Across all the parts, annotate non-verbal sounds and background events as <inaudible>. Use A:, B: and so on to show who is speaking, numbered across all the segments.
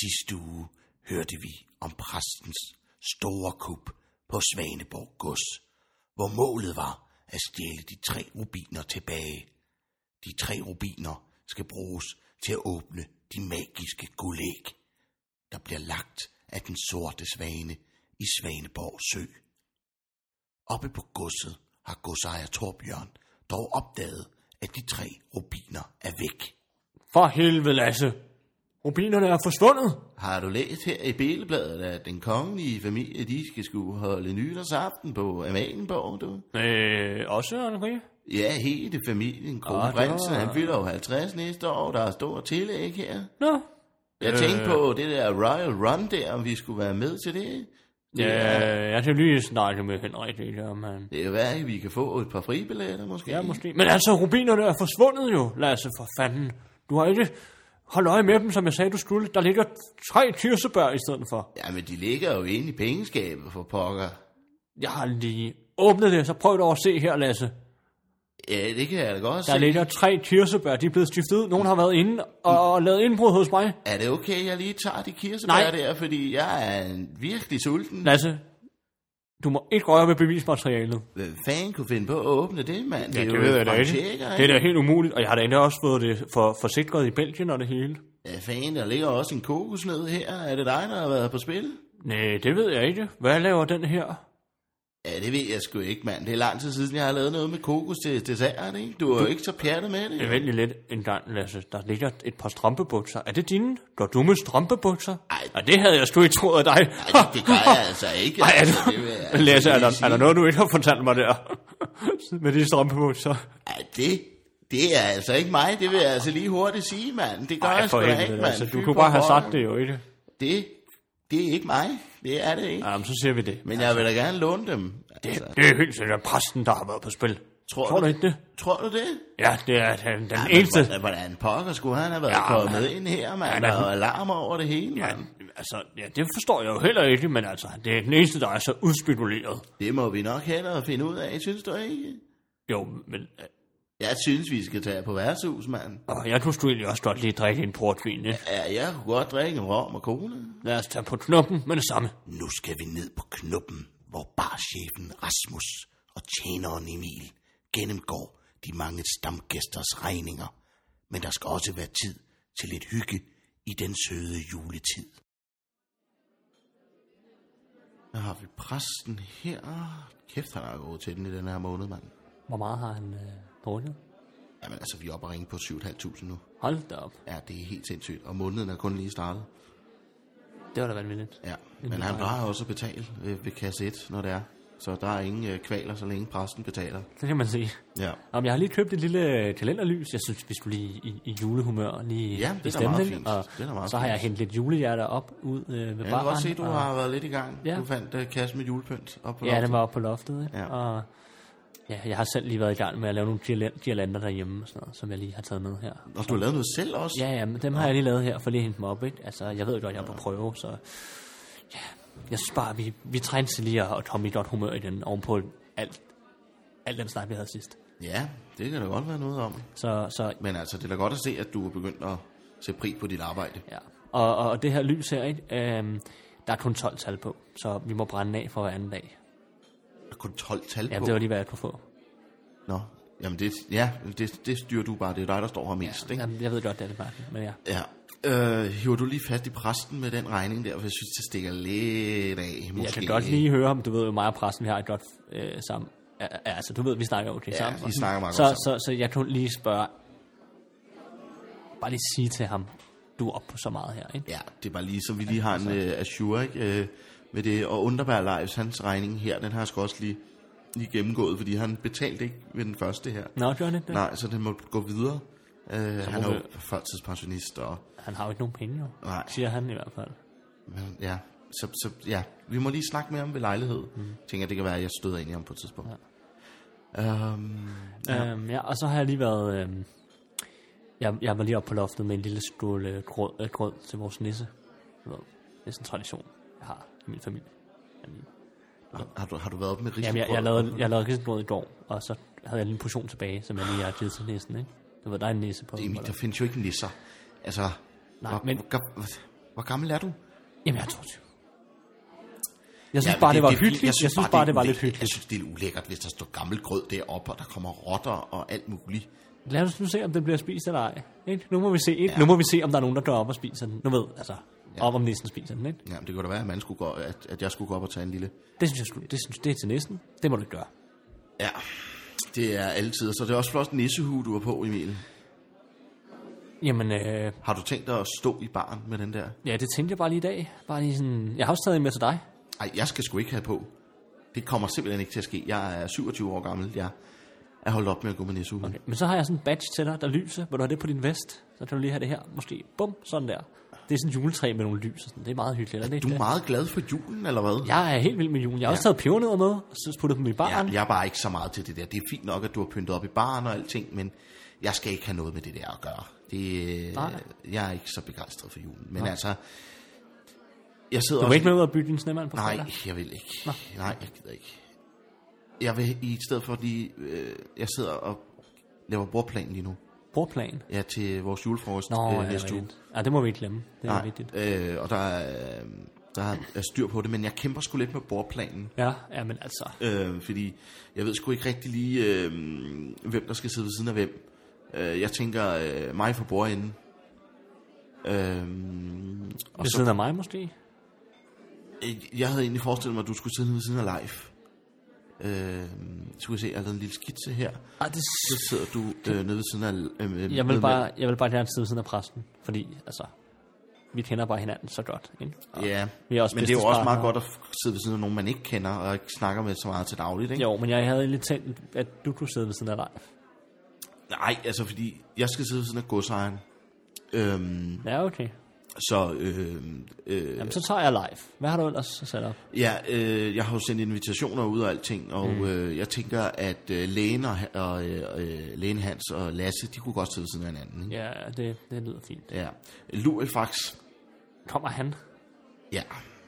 A: Sidste uge hørte vi om præstens store kup på Svaneborg Gods, hvor målet var at stjæle de tre rubiner tilbage. De tre rubiner skal bruges til at åbne de magiske guldæg, der bliver lagt af den sorte svane i Svaneborg Sø. Oppe på godset har godsejer Torbjørn dog opdaget, at de tre rubiner er væk.
B: For helvede, Lasse. Rubinerne er forsvundet.
A: Har du læst her i Billedbladet, at den kongelige familie, de skal skulle holde nytårsaften på Amalienborg, du?
B: Øh, også Anne-Marie?
A: Ja, hele familien. Kronprinsen, han fylder jo 50 næste år, der er stor tillæg her.
B: Nå. Øh.
A: Jeg tænkte på det der Royal Run der, om vi skulle være med til det.
B: Ja, jeg skal lige snakke med Henrik lige om han...
A: Det er jo værd, at vi kan få et par fribilletter måske.
B: Ja, måske. Men altså, rubinerne er forsvundet jo, Lasse, for fanden. Du har ikke holdt øje med dem, som jeg sagde, du skulle. Der ligger tre kirsebær i stedet for.
A: Ja, men de ligger jo inde i pengeskabet for pokker.
B: Jeg har lige åbnet det, så prøv dog at se her, Lasse.
A: Ja, det kan jeg da godt
B: Der
A: se.
B: ligger tre kirsebær, de er blevet stiftet ud. Nogen har været inde og, og lavet indbrud hos mig.
A: Er det okay, jeg lige tager de kirsebær
B: Nej.
A: der, fordi jeg er en virkelig sulten.
B: Lasse, du må ikke røre ved bevismaterialet.
A: Hvem fanden kunne finde på at åbne det, mand?
B: Ja, det,
A: jo
B: ved
A: en
B: jeg da ikke.
A: franchise,
B: Det er da helt umuligt, og jeg har da endda også fået det for, forsikret i Belgien og det hele.
A: Ja, fanden, der ligger også en kokosnød her. Er det dig, der har været på spil?
B: Nej, det ved jeg ikke. Hvad laver den her?
A: Ja, det ved jeg sgu ikke, mand. Det er lang tid siden, jeg har lavet noget med kokos til dessert, ikke? Du er jo ikke så pjattet med det.
B: Jeg vælger lidt en gang, Lasse. Der ligger et par strømpebukser. Er det dine? Går du med strømpebukser?
A: Ej.
B: Ej, det havde jeg sgu ikke troet af dig.
A: Nej, det, det gør jeg altså ikke.
B: Ej, <laughs> er
A: altså.
B: du...
A: Det vil jeg altså
B: Lasse, er
A: lige
B: der, er
A: sige.
B: der noget, du ikke har fortalt mig der? <laughs> med de strømpebukser?
A: Ej, det, det er altså ikke mig. Det vil jeg altså lige hurtigt sige, mand. Det gør
B: Ej,
A: jeg sgu
B: for
A: da ikke,
B: helvede,
A: mand.
B: Lasse. Du
A: Fy
B: kunne
A: for
B: bare have
A: pokker.
B: sagt det jo, ikke?
A: Det, det er ikke mig. Det er det ikke.
B: Jamen, så siger vi det.
A: Men jeg vil da gerne låne dem. Altså,
B: Det er helt sikkert præsten, der har været på spil.
A: Tror
B: Tror
A: du-
B: du ikke det?
A: tror du det?
B: Ja, det er den, den
A: Ej, men
B: eneste...
A: hvordan- Hvordan pokker skulle han have været
B: Ja,
A: ja, kommet
B: mand.
A: ind her, mand? der
B: Ja, men-
A: er jo alarm over det hele,
B: Ja,
A: mand.
B: altså, ja, det forstår jeg jo heller ikke, men altså, det er den eneste, der er så udspekuleret.
A: Det må vi nok hellere finde ud af, synes du ikke?
B: Jo, men øh,
A: Jeg synes, vi skal tage på værtshus, mand.
B: og jeg kunne sgu egentlig også godt lige drikke en portvin, ikke?
A: Ja, jeg kunne godt drikke en rom og cola.
B: Lad os tage på knoppen med det samme.
A: Nu skal vi ned på knuppen, hvor barchefen Rasmus og tjeneren Emil gennemgår de mange stamgæsters regninger. Men der skal også være tid til lidt hygge i den søde juletid. Der har vi præsten her. Kæft, han har gået til den i den her måned, mand.
B: Hvor meget har han øh, rundet?
A: Jamen altså, vi er oppe og ringe på 7.500 nu.
B: Hold da op.
A: Ja, det er helt sindssygt. Og måneden er kun lige startet.
B: Det var da vanvittigt.
A: Ja, men han plejer også at betale øh, ved kasse 1, når det er. Så der er ingen øh, kvaler, så længe præsten betaler.
B: Det kan man sige.
A: Ja.
B: Om jeg har lige købt et lille øh, kalenderlys. Jeg synes, vi skulle lige i, i julehumør lige
A: Ja, det er da
B: i stemning.
A: meget fint.
B: Og
A: Det er da meget
B: så har
A: fint.
B: jeg hentet lidt julehjerter op ud øh, ved
A: Jeg kan
B: baren.
A: godt se, du
B: og,
A: har været lidt i gang.
B: Ja.
A: Du fandt øh, kassen med julepynt op på
B: Ja,
A: loftet.
B: den var oppe på loftet, ikke?
A: Ja.
B: Og ja, jeg har selv lige været i gang med at lave nogle girland- girlander derhjemme, og sådan noget, som jeg lige har taget med her.
A: Og du har lavet noget selv også?
B: Ja, ja, men dem har jeg lige lavet her, for lige at hente dem op, ikke? Altså, jeg ved godt, jeg er på prøve, så... Ja, jeg synes bare, vi, vi trænger til lige at, at komme i godt humør igen, ovenpå alt, alt den snak, vi havde sidst.
A: ja, det kan der godt være noget om.
B: Så, så
A: Men altså, det er da godt at se, at du er begyndt at se pri på dit arbejde.
B: ja. Og, og, og det her lys her, ikke? Øhm, der er kun 12 tal på, så vi må brænde af for hver anden dag.
A: Der er kun 12 tal på.
B: Ja, det var lige, hvad jeg kunne få.
A: Nå, jamen det, ja, det, det styrer du bare. Det er dig, der står her mest, ikke?
B: Jamen, jeg ved godt, det er det bare, men ja.
A: Ja. Øh, hiver du lige fast i præsten med den regning der, for jeg synes, det stikker lidt af, måske.
B: Jeg kan godt lige høre ham. Du ved jo, mig og præsten, vi har et godt øh, sammen. Ja, ja, altså, du ved, vi snakker jo okay
A: Ja,
B: sammen.
A: vi snakker meget
B: så,
A: godt
B: så, så, så jeg kunne lige spørge, bare lige sige til ham, du er oppe på så meget her, ikke?
A: Ja, det er bare lige, som vi lige har en uh, Azure, ikke? Øh, med det, og Underberg Lives, hans regning her, den har jeg sgu også lige, lige gennemgået, fordi han betalte ikke ved den første her.
B: Nå, gør han ikke det?
A: Nej, så den må gå videre. Uh, han
B: må
A: er jo
B: vi-
A: førtidspensionist, og
B: Han har jo ikke nogen penge, jo.
A: Nej.
B: Siger han i hvert fald.
A: men ja, så, så ja, vi må lige snakke med ham ved lejlighed.
B: Mhm.
A: Mm. Tænker, det kan være, at jeg støder ind i ham på et tidspunkt. Ja. Um,
B: Ja. Øhm, ja, og så har jeg lige været... Øhm, jeg, jeg var lige oppe på loftet med en lille skål øh, grød, øh, grød til vores nisse. Du ved, Det er sådan en tradition, jeg har i min familie.
A: har, du, har du været oppe med risiko?
B: Jamen, jeg, jeg, lavede, jeg lavede risengrød i går, og så havde jeg lige en portion tilbage, som jeg lige har givet til næsen, ikke? Du ved, der er en næse på.
A: Emil, der findes jo ikke nisser. Altså,
B: Nej,
A: hvor-
B: men-
A: hvor- hvor- Hvor gammel er du?
B: Jamen, jeg er 22. Jeg synes bare, det, var hyggeligt. Jeg synes, bare, det var
A: ulækkert.
B: lidt
A: Jeg
B: hyggeligt.
A: synes, det er ulækkert, hvis der står gammel grød deroppe, og der kommer rotter og alt muligt.
B: Lad os nu se, om den bliver spist eller ej. Ikke? Nu, må vi se, ikke? Ja. nu må vi se, om der er nogen, der dør op og spiser den. Nu ved, altså, ja. op om næsten spiser den. Ikke?
A: Ja, men det kunne da være, at, man skulle gå, at, at jeg skulle gå op og tage en lille...
B: Det synes jeg skulle, det, synes, det er til næsten. Det må du ikke gøre.
A: Ja, det er altid. Og Så det er også flot nissehue, du har på, Emil.
B: Jamen, øh,
A: Har du tænkt dig at stå i baren med den der?
B: ja, det tænkte jeg bare lige i dag. Bare lige sådan, jeg har også taget en med til dig.
A: Ej, jeg skal sgu ikke have på. Det kommer simpelthen ikke til at ske. Jeg er 27 år gammel. Jeg er holdt op med at gå med nissehue. Okay.
B: Okay. Men så har jeg sådan en badge til dig, der lyser. Vil du have det på din vest? Så kan du lige have det her. Måske. Bum, sådan der. Det er sådan et juletræ med nogle lys og sådan. Det er meget hyggeligt. Er det
A: Du
B: ikke
A: er
B: det?
A: meget glad for julen, eller hvad?
B: Jeg er helt vild med julen. Jeg har også taget pebernødder med, og så puttet dem i baren.
A: Jeg, jeg er bare ikke så meget til det der. Det er fint nok, at du har pyntet op i baren og alting, men jeg skal ikke have noget med det der at gøre. Det,
B: Nej.
A: øh, jeg er ikke så begejstret for julen. Men Nej. altså, jeg sidder
B: Du
A: også...
B: var ikke med ud at bygge din snemand på
A: Nej,
B: fredag?
A: jeg vil ikke. Nå. Nej, jeg gider ikke. Jeg vil i stedet for lige... Øh, jeg sidder og laver bordplan lige nu.
B: Bordplan.
A: Ja, til vores julefrokost
B: Nå,
A: øh,
B: ja,
A: næste uge.
B: rigtigt. Ja, det må vi ikke glemme. Det er vigtigt.
A: øh, og der er, øh, der er styr på det, men jeg kæmper sgu lidt med bordplanen.
B: Ja, ja, men altså.
A: Øh, fordi jeg ved sgu ikke rigtig lige, øh, hvem der skal sidde ved siden af hvem. Øh, jeg tænker øh, mig for bordenden. Øh, og
B: Ved
A: så,
B: siden af mig måske?
A: øh, jeg havde egentlig forestillet mig, at du skulle sidde ved siden af live. Øh, skal vi se, jeg har lavet en lille skitse her.
B: Ej, det...
A: Så sidder du øh, nede ved siden af... Øh, øh,
B: Jeg
A: nede
B: vil bare, jeg vil bare gerne sidde ved siden af præsten, fordi altså, vi kender bare hinanden så godt. Ikke?
A: med- Ja,
B: Vi er også
A: men det er jo også
B: businesspartnere.
A: meget godt at f- sidde ved siden af nogen, man ikke kender, og ikke snakker med så meget til dagligt, ikke?
B: Jo, men jeg havde lidt tænkt, at du kunne sidde ved siden af dig.
A: Nej, altså fordi, jeg skal sidde ved siden af godsejeren. Øhm,
B: Ja, okay.
A: så øhm, øh,
B: Jamen, så tager jeg live. Hvad har du ellers sat op?
A: Ja, øh, jeg har jo sendt invitationer ud og alting, og mm. øh, jeg tænker, at øh, lægen, og, og, øh, lægen Hans og Lasse, de kunne godt sidde ved siden af hinanden. Ikke?
B: Ja, det, det lyder fint.
A: Ja. Lurifax,
B: Kommer han?
A: ja.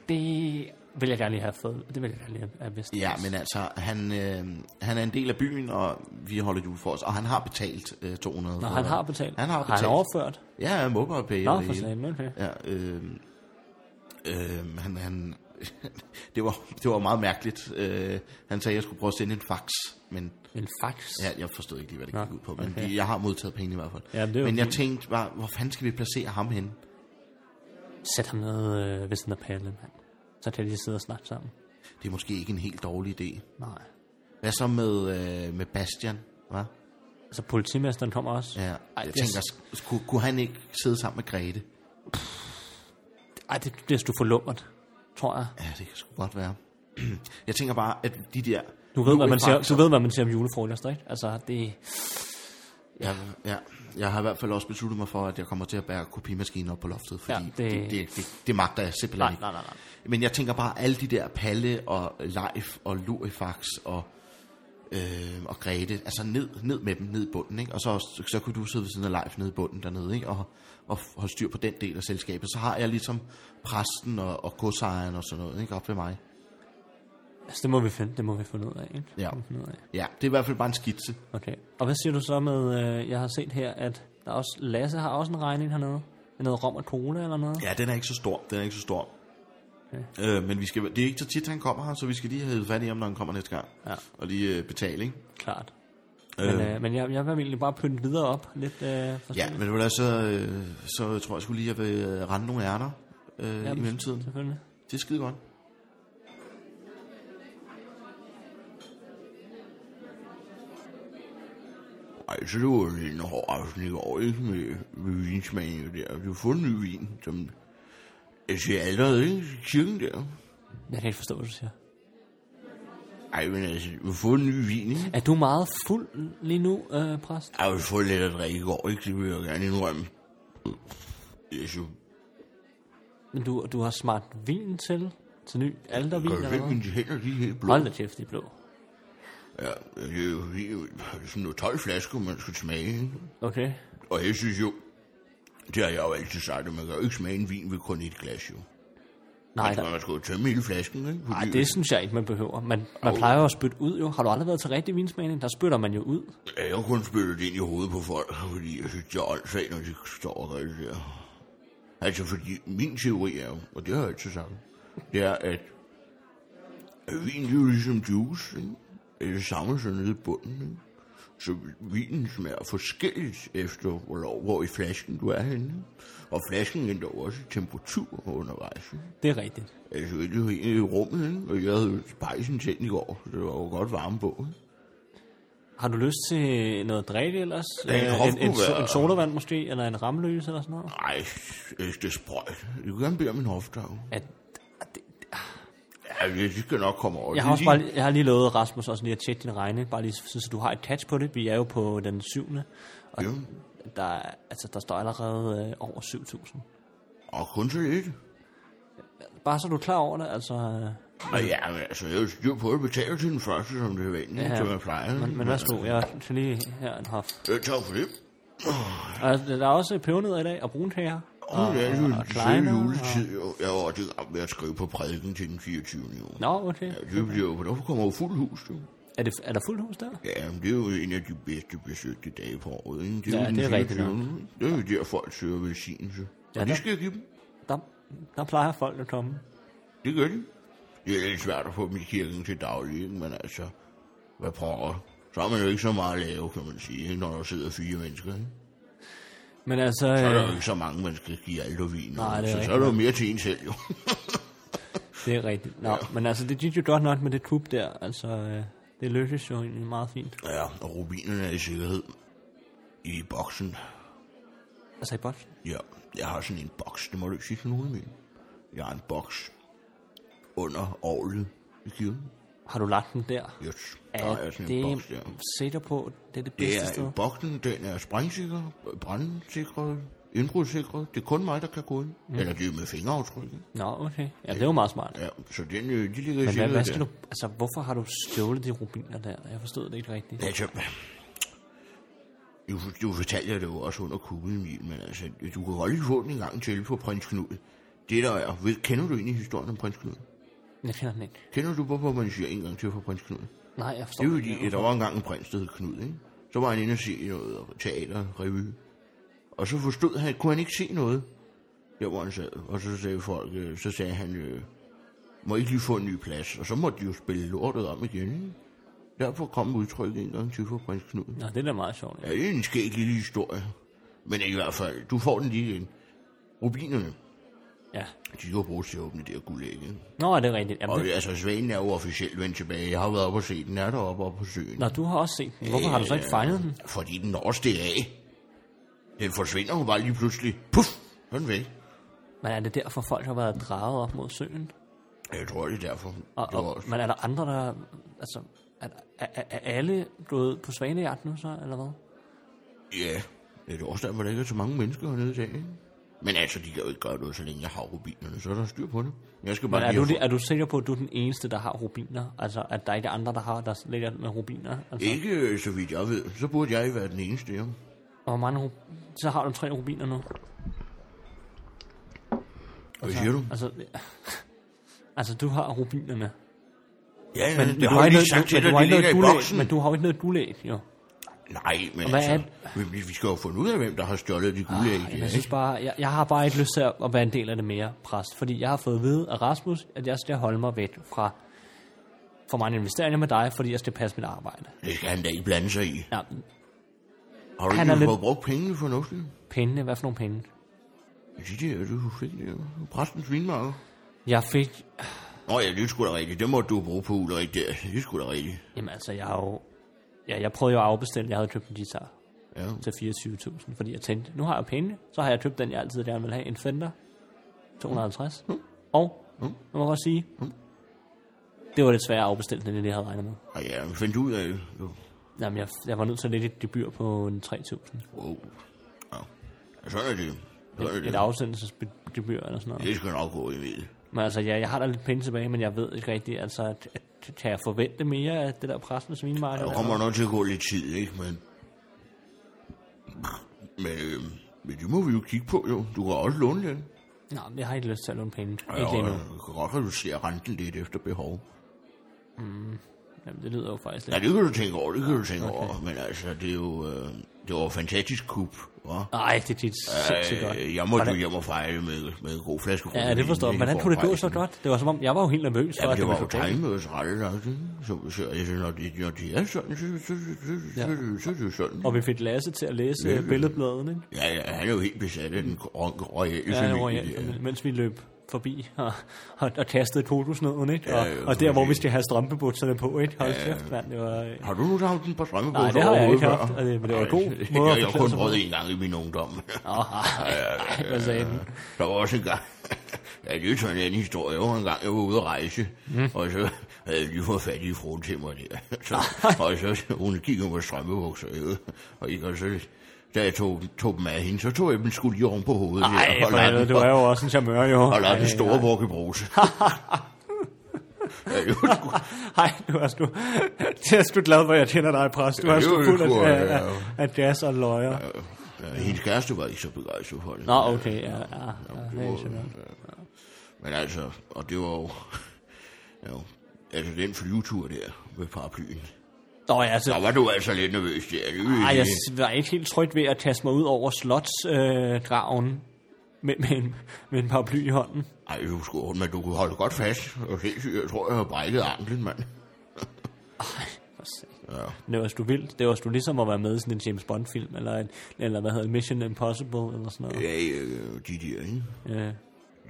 B: Det vil jeg gerne lige have fået. Det vil jeg gerne lige have vidst.
A: ja, men altså, han, øh, han er en del af byen, og vi holder jul for os, og han har betalt øh, 200
B: Nå, han har betalt.
A: Han har betalt.
B: Har han overført?
A: Ja, han mobber og pay
B: Nå,
A: og det
B: for
A: hele.
B: sagen, okay.
A: Ja, øh, øh, han, han, <laughs> det, var, det var meget mærkeligt. Øh, han sagde, at jeg skulle prøve at sende en fax, men
B: En fax.
A: Ja, jeg forstod ikke lige, hvad det gik
B: Nå,
A: ud på, men
B: okay.
A: okay. jeg har modtaget penge i hvert fald.
B: Ja, men det er jo
A: men jeg
B: fint.
A: tænkte bare, hvor fanden skal vi placere ham hen?
B: Sæt ham ned øh, ved siden af Palle, mand. Så kan de sidde og snakke sammen.
A: Det er måske ikke en helt dårlig idé.
B: Nej.
A: Hvad så med, øh, med Bastian? Hva?
B: Altså, politimesteren kommer også.
A: Ja,
B: Ej,
A: jeg
B: det-
A: tænker, sk- kunne, kunne han ikke sidde sammen med Grete?
B: Ej, det bliver sgu for lummert, tror jeg.
A: Ja, det kan sgu godt være. <clears throat> jeg tænker bare, at de der...
B: Du ved, hvad man siger,
A: Lurifaxer-
B: du ved, hvad man siger om julefrokoster, ikke? Altså, det...
A: Ja, ja, jeg har i hvert fald også besluttet mig for, at jeg kommer til at bære kopimaskinen op på loftet, fordi
B: Ja,
A: ja,
B: det-
A: det... Det, det, det, det magter jeg simpelthen
B: Nej,
A: ikke.
B: nej, nej, nej.
A: Men jeg tænker bare, alle de der Palle og Leif og Lurifax og, øh, og Grete, altså ned, ned med dem, ned i bunden, ikke? og så, så kunne du sidde ved siden af Leif nede i bunden dernede, ikke? Og, og holde styr på den del af selskabet. Så har jeg ligesom præsten og, og godsejeren og sådan noget, ikke? Op ved mig.
B: Altså, det må vi finde, det må vi finde ud af, ikke?
A: Ja.
B: Det må vi finde ud af.
A: Ja, det er i hvert fald bare en skitse.
B: Okay. Og hvad siger du så med, øh, jeg har set her, at der er også, Lasse har også en regning hernede? Med Noget rom og cola eller noget?
A: Ja, den er ikke så stor, den er ikke så stor. Okay. Øh, men vi skal, det er ikke så tit, han kommer her, så vi skal lige have fat i ham, når han kommer næste gang.
B: Ja.
A: Og lige øh, betale, ikke?
B: Klart. Men, øh, men jeg, jeg vil egentlig bare pynte videre op lidt. Øh,
A: Ja, men ved du hvad, så, øh, så tror jeg sgu lige, at jeg vil øh, rende nogle ærner øh, i mellemtiden.
B: Selvfølgelig.
A: Det er skide godt. Ej, så det var jo en hård aften i går, ikke? Med, med vinsmagning der. Du har fået en ny vin, som... Jeg ser allerede, ikke? I Kirken der.
B: Jeg kan ikke forstå, hvad du siger.
A: Ej, men altså, du har fået en ny vin, ikke?
B: Er du meget fuld lige nu, øh, præst?
A: Jeg har fået lidt at drikke i går, ikke? Det vil jeg gerne indrømme. Jeg synes,
B: Men du, du har smagt vin til, til ny aldervin
A: kan du
B: eller
A: se mine
B: noget?
A: hænder, de er helt blå.
B: Hold da kæft, de er blå.
A: Ja, Øh, det er jo det er jo sådan noget 12 flasker, man skal smage. ikke?
B: Okay.
A: Og jeg synes jo, det har jeg jo altid sagt, at man kan jo ikke smage en vin ved kun et glas, jo.
B: Nej,
A: Altså,
B: der,
A: man skal jo tømme hele flasken, ikke?
B: nej, det synes jeg ikke, man behøver. Man, man plejer jo at spytte ud, jo. Har du aldrig været til rigtig vinsmagning? Der spytter man jo ud.
A: Jeg har kun spyttet det ind i hovedet på folk, fordi jeg synes, det er åndssvagt, når de står og gør det der. Altså, fordi min teori er jo, og det har jeg altid sagt, det er, at at vin det er jo ligesom juice, ikke? Det er det samme så nede i bunden, ikke? Så vinen smager forskelligt efter, hvor, hvor i flasken du er henne. ikke? Og flasken ændrer også temperatur undervejs. Ikke?
B: Det er rigtigt.
A: Altså, det er jo egentlig i rummet, ikke? Og jeg havde jo spejsen tændt i går, så det var jo godt varme på, ikke?
B: Har du lyst til noget drikke ellers?
A: Ja, en
B: Øh, en, en,
A: hofkuverg.
B: so- en sodavand måske, eller en ramløs eller sådan noget?
A: Ej, øh, det er sprøjt. Du kan gerne bede om en hofdag.
B: At,
A: Ja, det skal nok komme over.
B: jeg,
A: Det
B: har
A: er
B: også bare, lige- jeg har lige lovet Rasmus også lige at tjekke din regning, bare lige så, så du har et catch på det. Vi er jo på den syvende, og
A: Ja.
B: der, er- altså, der står allerede øh, over 7.000.
A: Og kun så lidt.
B: Bare så du er klar over det, altså... øh,
A: Og ja, men altså, jeg er jo styr på at betale til den første, som det er vanligt, ja. som jeg plejer.
B: Men, men værsgo, jeg skal lige her en hof.
A: Ja, tak for det.
B: Og altså, der er også pebernødder i dag, og brunkager.
A: Og, og, det er jo en sød
B: kleiner,
A: juletid, og jeg var også i gang med at skrive på prædiken til den 24. i år.
B: Nå, okay.
A: Ja, det bliver jo, for der kommer jo fuld hus, jo.
B: Er, det, er der fuldt hus der?
A: Ja, men det er jo en af de bedste besøgte dage på året, ikke? Det er
B: Ja,
A: jo den
B: det er rigtigt
A: 24. Det er jo der, folk søger velsignelse. Ja,
B: Ja,
A: og
B: der-
A: det skal jeg give dem.
B: Der, der plejer folk at komme.
A: Det gør de. Det er lidt svært at få dem i kirken til daglig, ikke? men altså, hvad prøver? Så har man jo ikke så meget at lave, kan man sige, ikke? når der sidder fire mennesker. Ikke?
B: Men altså...
A: Så er der jo
B: Øh,
A: ikke så mange, man skal give alt og vin.
B: Nej, det er
A: så, så
B: rigtigt.
A: er der jo mere til en selv, jo.
B: det er rigtigt. Nå, men altså, det gik jo godt nok med det kub der. Altså, øh, det lykkedes jo egentlig meget fint.
A: ja, og rubinerne er i sikkerhed i boksen.
B: Altså i bot.
A: Ja, jeg har sådan en boks, det må du ikke sige til nogen, Emil. Jeg har en boks under ovlet i kirken.
B: Har du lagt den der?
A: Yes, der
B: Er
A: er sådan en
B: det
A: boks der.
B: sikker på, det er det
A: Det
B: bedste
A: er
B: sted?
A: en boksen, den er sprængsikker, brandsikret, indbrudssikret. Det er kun mig, der kan gå ind. Mm. Eller det er med fingeraftryk. ikke?
B: Nå, okay. Ja, det er jo meget smart.
A: Ja, så den, øh, de ligger i
B: Men hvad,
A: sikkerhed
B: hvad skal
A: der.
B: du... Altså, hvorfor har du stjålet de rubiner der? Jeg forstod det ikke rigtigt.
A: Altså, du, du fortalte jeg det jo også under kuglen, Emil, men altså, du kan godt lige få den en gang til på prins Knud. Det der er, ved, kender du egentlig historien om prins Knud?
B: Jeg kender den ikke.
A: Kender du, hvorfor man siger en gang til på prins Knud?
B: Nej, jeg forstår
A: Det er jo
B: den ikke.
A: fordi, at der var engang en prins, der hed Knud, ikke? Så var han inde og se noget teater, revy. Og så forstod han, kunne han ikke se noget, der hvor han sad. Og så sagde folk, øh, så sagde han, øh, må I ikke lige få en ny plads? Og så måtte de jo spille lortet om igen, ikke? Derfor kom udtrykket en gang til for prins Knud.
B: Nå, det er da meget sjovt.
A: Ja, det er en skæg lille historie. Men i hvert fald, du får den lige igen. Rubinerne,
B: Ja.
A: de kan jo bruges til at åbne det her guldæg, ikke?
B: Nå, er det rigtigt? Jamen,
A: Og
B: det...
A: altså, Svanen er jo officielt vendt tilbage. Jeg har været oppe og set den. Er deroppe oppe på søen.
B: Nå, du har også set den. Hvorfor har du så ikke fanget den?
A: Øh, Fordi den når det af. Den forsvinder jo bare lige pludselig. Puff! Så er den væk.
B: Men er det derfor, folk har været draget op mod søen?
A: Jeg tror, det er derfor.
B: Og,
A: det var
B: og,
A: også.
B: men er der andre, der... Altså, er, er, er- er alle gået på svanejagt nu så, eller hvad?
A: Ja, det er også derfor, der ikke er så mange mennesker hernede i dag. ikke? Men altså, de kan jo ikke gøre noget, så længe jeg har rubinerne, så er der styr på det. Jeg skal
B: Men
A: bare
B: er,
A: lige
B: du,
A: have
B: det- er du sikker på, at du er den eneste, der har rubiner? Altså, at der ikke er andre, der har, der ligger med rubiner? Altså,
A: Ikke øh, så vidt jeg ved. Så burde jeg være den eneste, ja.
B: og hvor mange ru- Så har du tre rubiner nu.
A: Hvad siger du?
B: Altså, <laughs> altså du har rubinerne.
A: Ja, ja, men, det
B: du
A: har jeg
B: ikke
A: lige
B: noget-
A: sagt
B: men
A: til
B: du
A: dig,
B: har
A: det
B: ikke
A: ligger i
B: noget guldæg,
A: boksen.
B: Men du har jo ikke noget guldæg, jo.
A: Nej, men
B: hvad Ah,
A: altså, vi, vi skal jo finde ud af, hvem der har stjålet de guldæg.
B: Ej,
A: ja,
B: Jeg, synes
A: ikke?
B: bare, jeg, jeg har bare ikke lyst til at at være en del af det mere, præst. Fordi jeg har fået at vide af Rasmus, at jeg skal holde mig væk fra, fra mange investeringer med dig, fordi jeg skal passe mit arbejde.
A: Det skal han da ikke blande sig i.
B: Ja,
A: Har du
B: Han
A: ikke
B: er lidt-
A: fået brugt pengene fornuftigt?
B: pengene, hvad for nogle penge?
A: De der, du fik det jo. Præstens vinmarker.
B: Jeg fik...
A: Nå ja, det er sgu da rigtigt. Det må du bruge på Ulrik der. Det er sgu da rigtigt.
B: Jamen altså, jeg har jo... Ja, jeg prøvede jo at afbestille, jeg havde købt en guitar
A: Ja.
B: til 24.000, fordi jeg tænkte, nu har jeg penge, så har jeg købt den, jeg altid gerne vil have, en Fender 250.
A: Mm.
B: Og, jeg må godt sige, det var lidt sværere at afbestille, end det, jeg havde regnet med.
A: Og ja, vi fandt ud af det. Jo.
B: Jamen, jeg, jeg var nødt til at lægge et gebyr på en 3.000.
A: Wow. Ja. ja. Sådan er det. Sådan er
B: et
A: Øh, det.
B: afsendelsesgebyr eller sådan noget.
A: Det skal nok gå, Emil.
B: Men altså, ja, jeg har da lidt penge tilbage, men jeg ved ikke rigtigt, altså, at, at, kan jeg forvente mere af det der præstens vinmarked?
A: Der kommer nok til at gå lidt tid, ikke? Men, men, øh, men det må vi jo kigge på, jo. Du kan også låne lidt.
B: Nej, men jeg har ikke lyst til at låne penge.
A: Ja,
B: ikke lige nu.
A: og du kan godt reducere renten lidt efter behov.
B: Jamen, det lyder jo faktisk
A: Ja,
B: lidt...
A: det kan du tænke over, det kan du tænke okay. over. Men altså, det er jo... Øh, det var et fantastisk kub, hva'?
B: Nej, det er dit sindssygt godt.
A: Øh, jeg måtte jo hjem og fejre med, med en god flaske
B: Ja,
A: rødvin,
B: det forstår jeg.
A: ikke,
B: Hvordan
A: for
B: kunne det gå
A: rejsen.
B: så godt? Det var som om, jeg var jo helt nervøs for,
A: Ja,
B: at
A: det var jo
B: ville gå galt.
A: timet rette nok, ikke? Så, så altså, når, de, når de er sådan, så, så, så, så, så, så, så er det jo sådan.
B: Og vi fik Lasse til at læse øh, billedbladen, ikke?
A: Ja, ja, han er jo helt besat af den ro- royale
B: Ja,
A: familie.
B: hvor jeg,
A: der.
B: mens vi løb forbi og, og, og kastede kokosnøden, ikke? Og,
A: Ja, ja,
B: og der, hvor
A: fordi-
B: vi skal have strømpebutserne på, ikke? Hold kæft, mand. Det var, øh,
A: Har du nu haft den på strømmebåd?
B: Nej, det har jeg ikke haft, og det- men det var en god måde at
A: Jeg har
B: forklare
A: kun
B: sig på.
A: prøvet en gang i min ungdom.
B: Åh, nej, hvad sagde den?
A: Der var også en gang, <laughs> ja, det er sådan en historie, hvor en gang jeg var ude at rejse, mm. og så havde jeg lige fået fat i fruen til mig der.
B: <laughs>
A: Så, og så hun kiggede på strømmebukser, ikke? og ikke og så, da jeg tog, tog dem af hende, så tog jeg dem skulle lige oven på hovedet. der,
B: Nej,
A: og
B: for
A: lagde
B: helvede,
A: den-
B: du er jo også en charmeur, jo.
A: Og lagde den
B: Ej,
A: store
B: <laughs>
A: vuggebruse. ja, det var sgu
B: Hej, du er sgu, <laughs> det er sgu glad for, at jeg kender dig, præst. Du
A: Ja,
B: er
A: det
B: sgu
A: var
B: fuld
A: sgu,
B: af,
A: ja.
B: af, af gas og løjer.
A: Ja, hendes kæreste var ikke så begejstret for det.
B: Nå, okay, ja, ja. ja, det er
A: det
B: charmeur.
A: var, øh, men altså, og det var jo, <laughs> jo, altså den flyvetur der med paraplyen,
B: Nå, ja, altså,
A: der var du altså lidt nervøs der. Det
B: Ej,
A: Ej,
B: jeg s- var ikke helt tryg ved at kaste mig ud over slotsdragen øh, graven med, med, en, med en paraply i hånden.
A: Ej, du skulle, men du kunne holde godt fast. Og sindssygt, jeg tror, jeg har brækket anklen, mand.
B: Ja. Det var sgu vildt. Det var sgu ligesom at være med i sådan en James Bond-film, eller, en, eller hvad hedder det, Mission Impossible, eller sådan noget.
A: Ja, øh, de der, ikke?
B: Ja.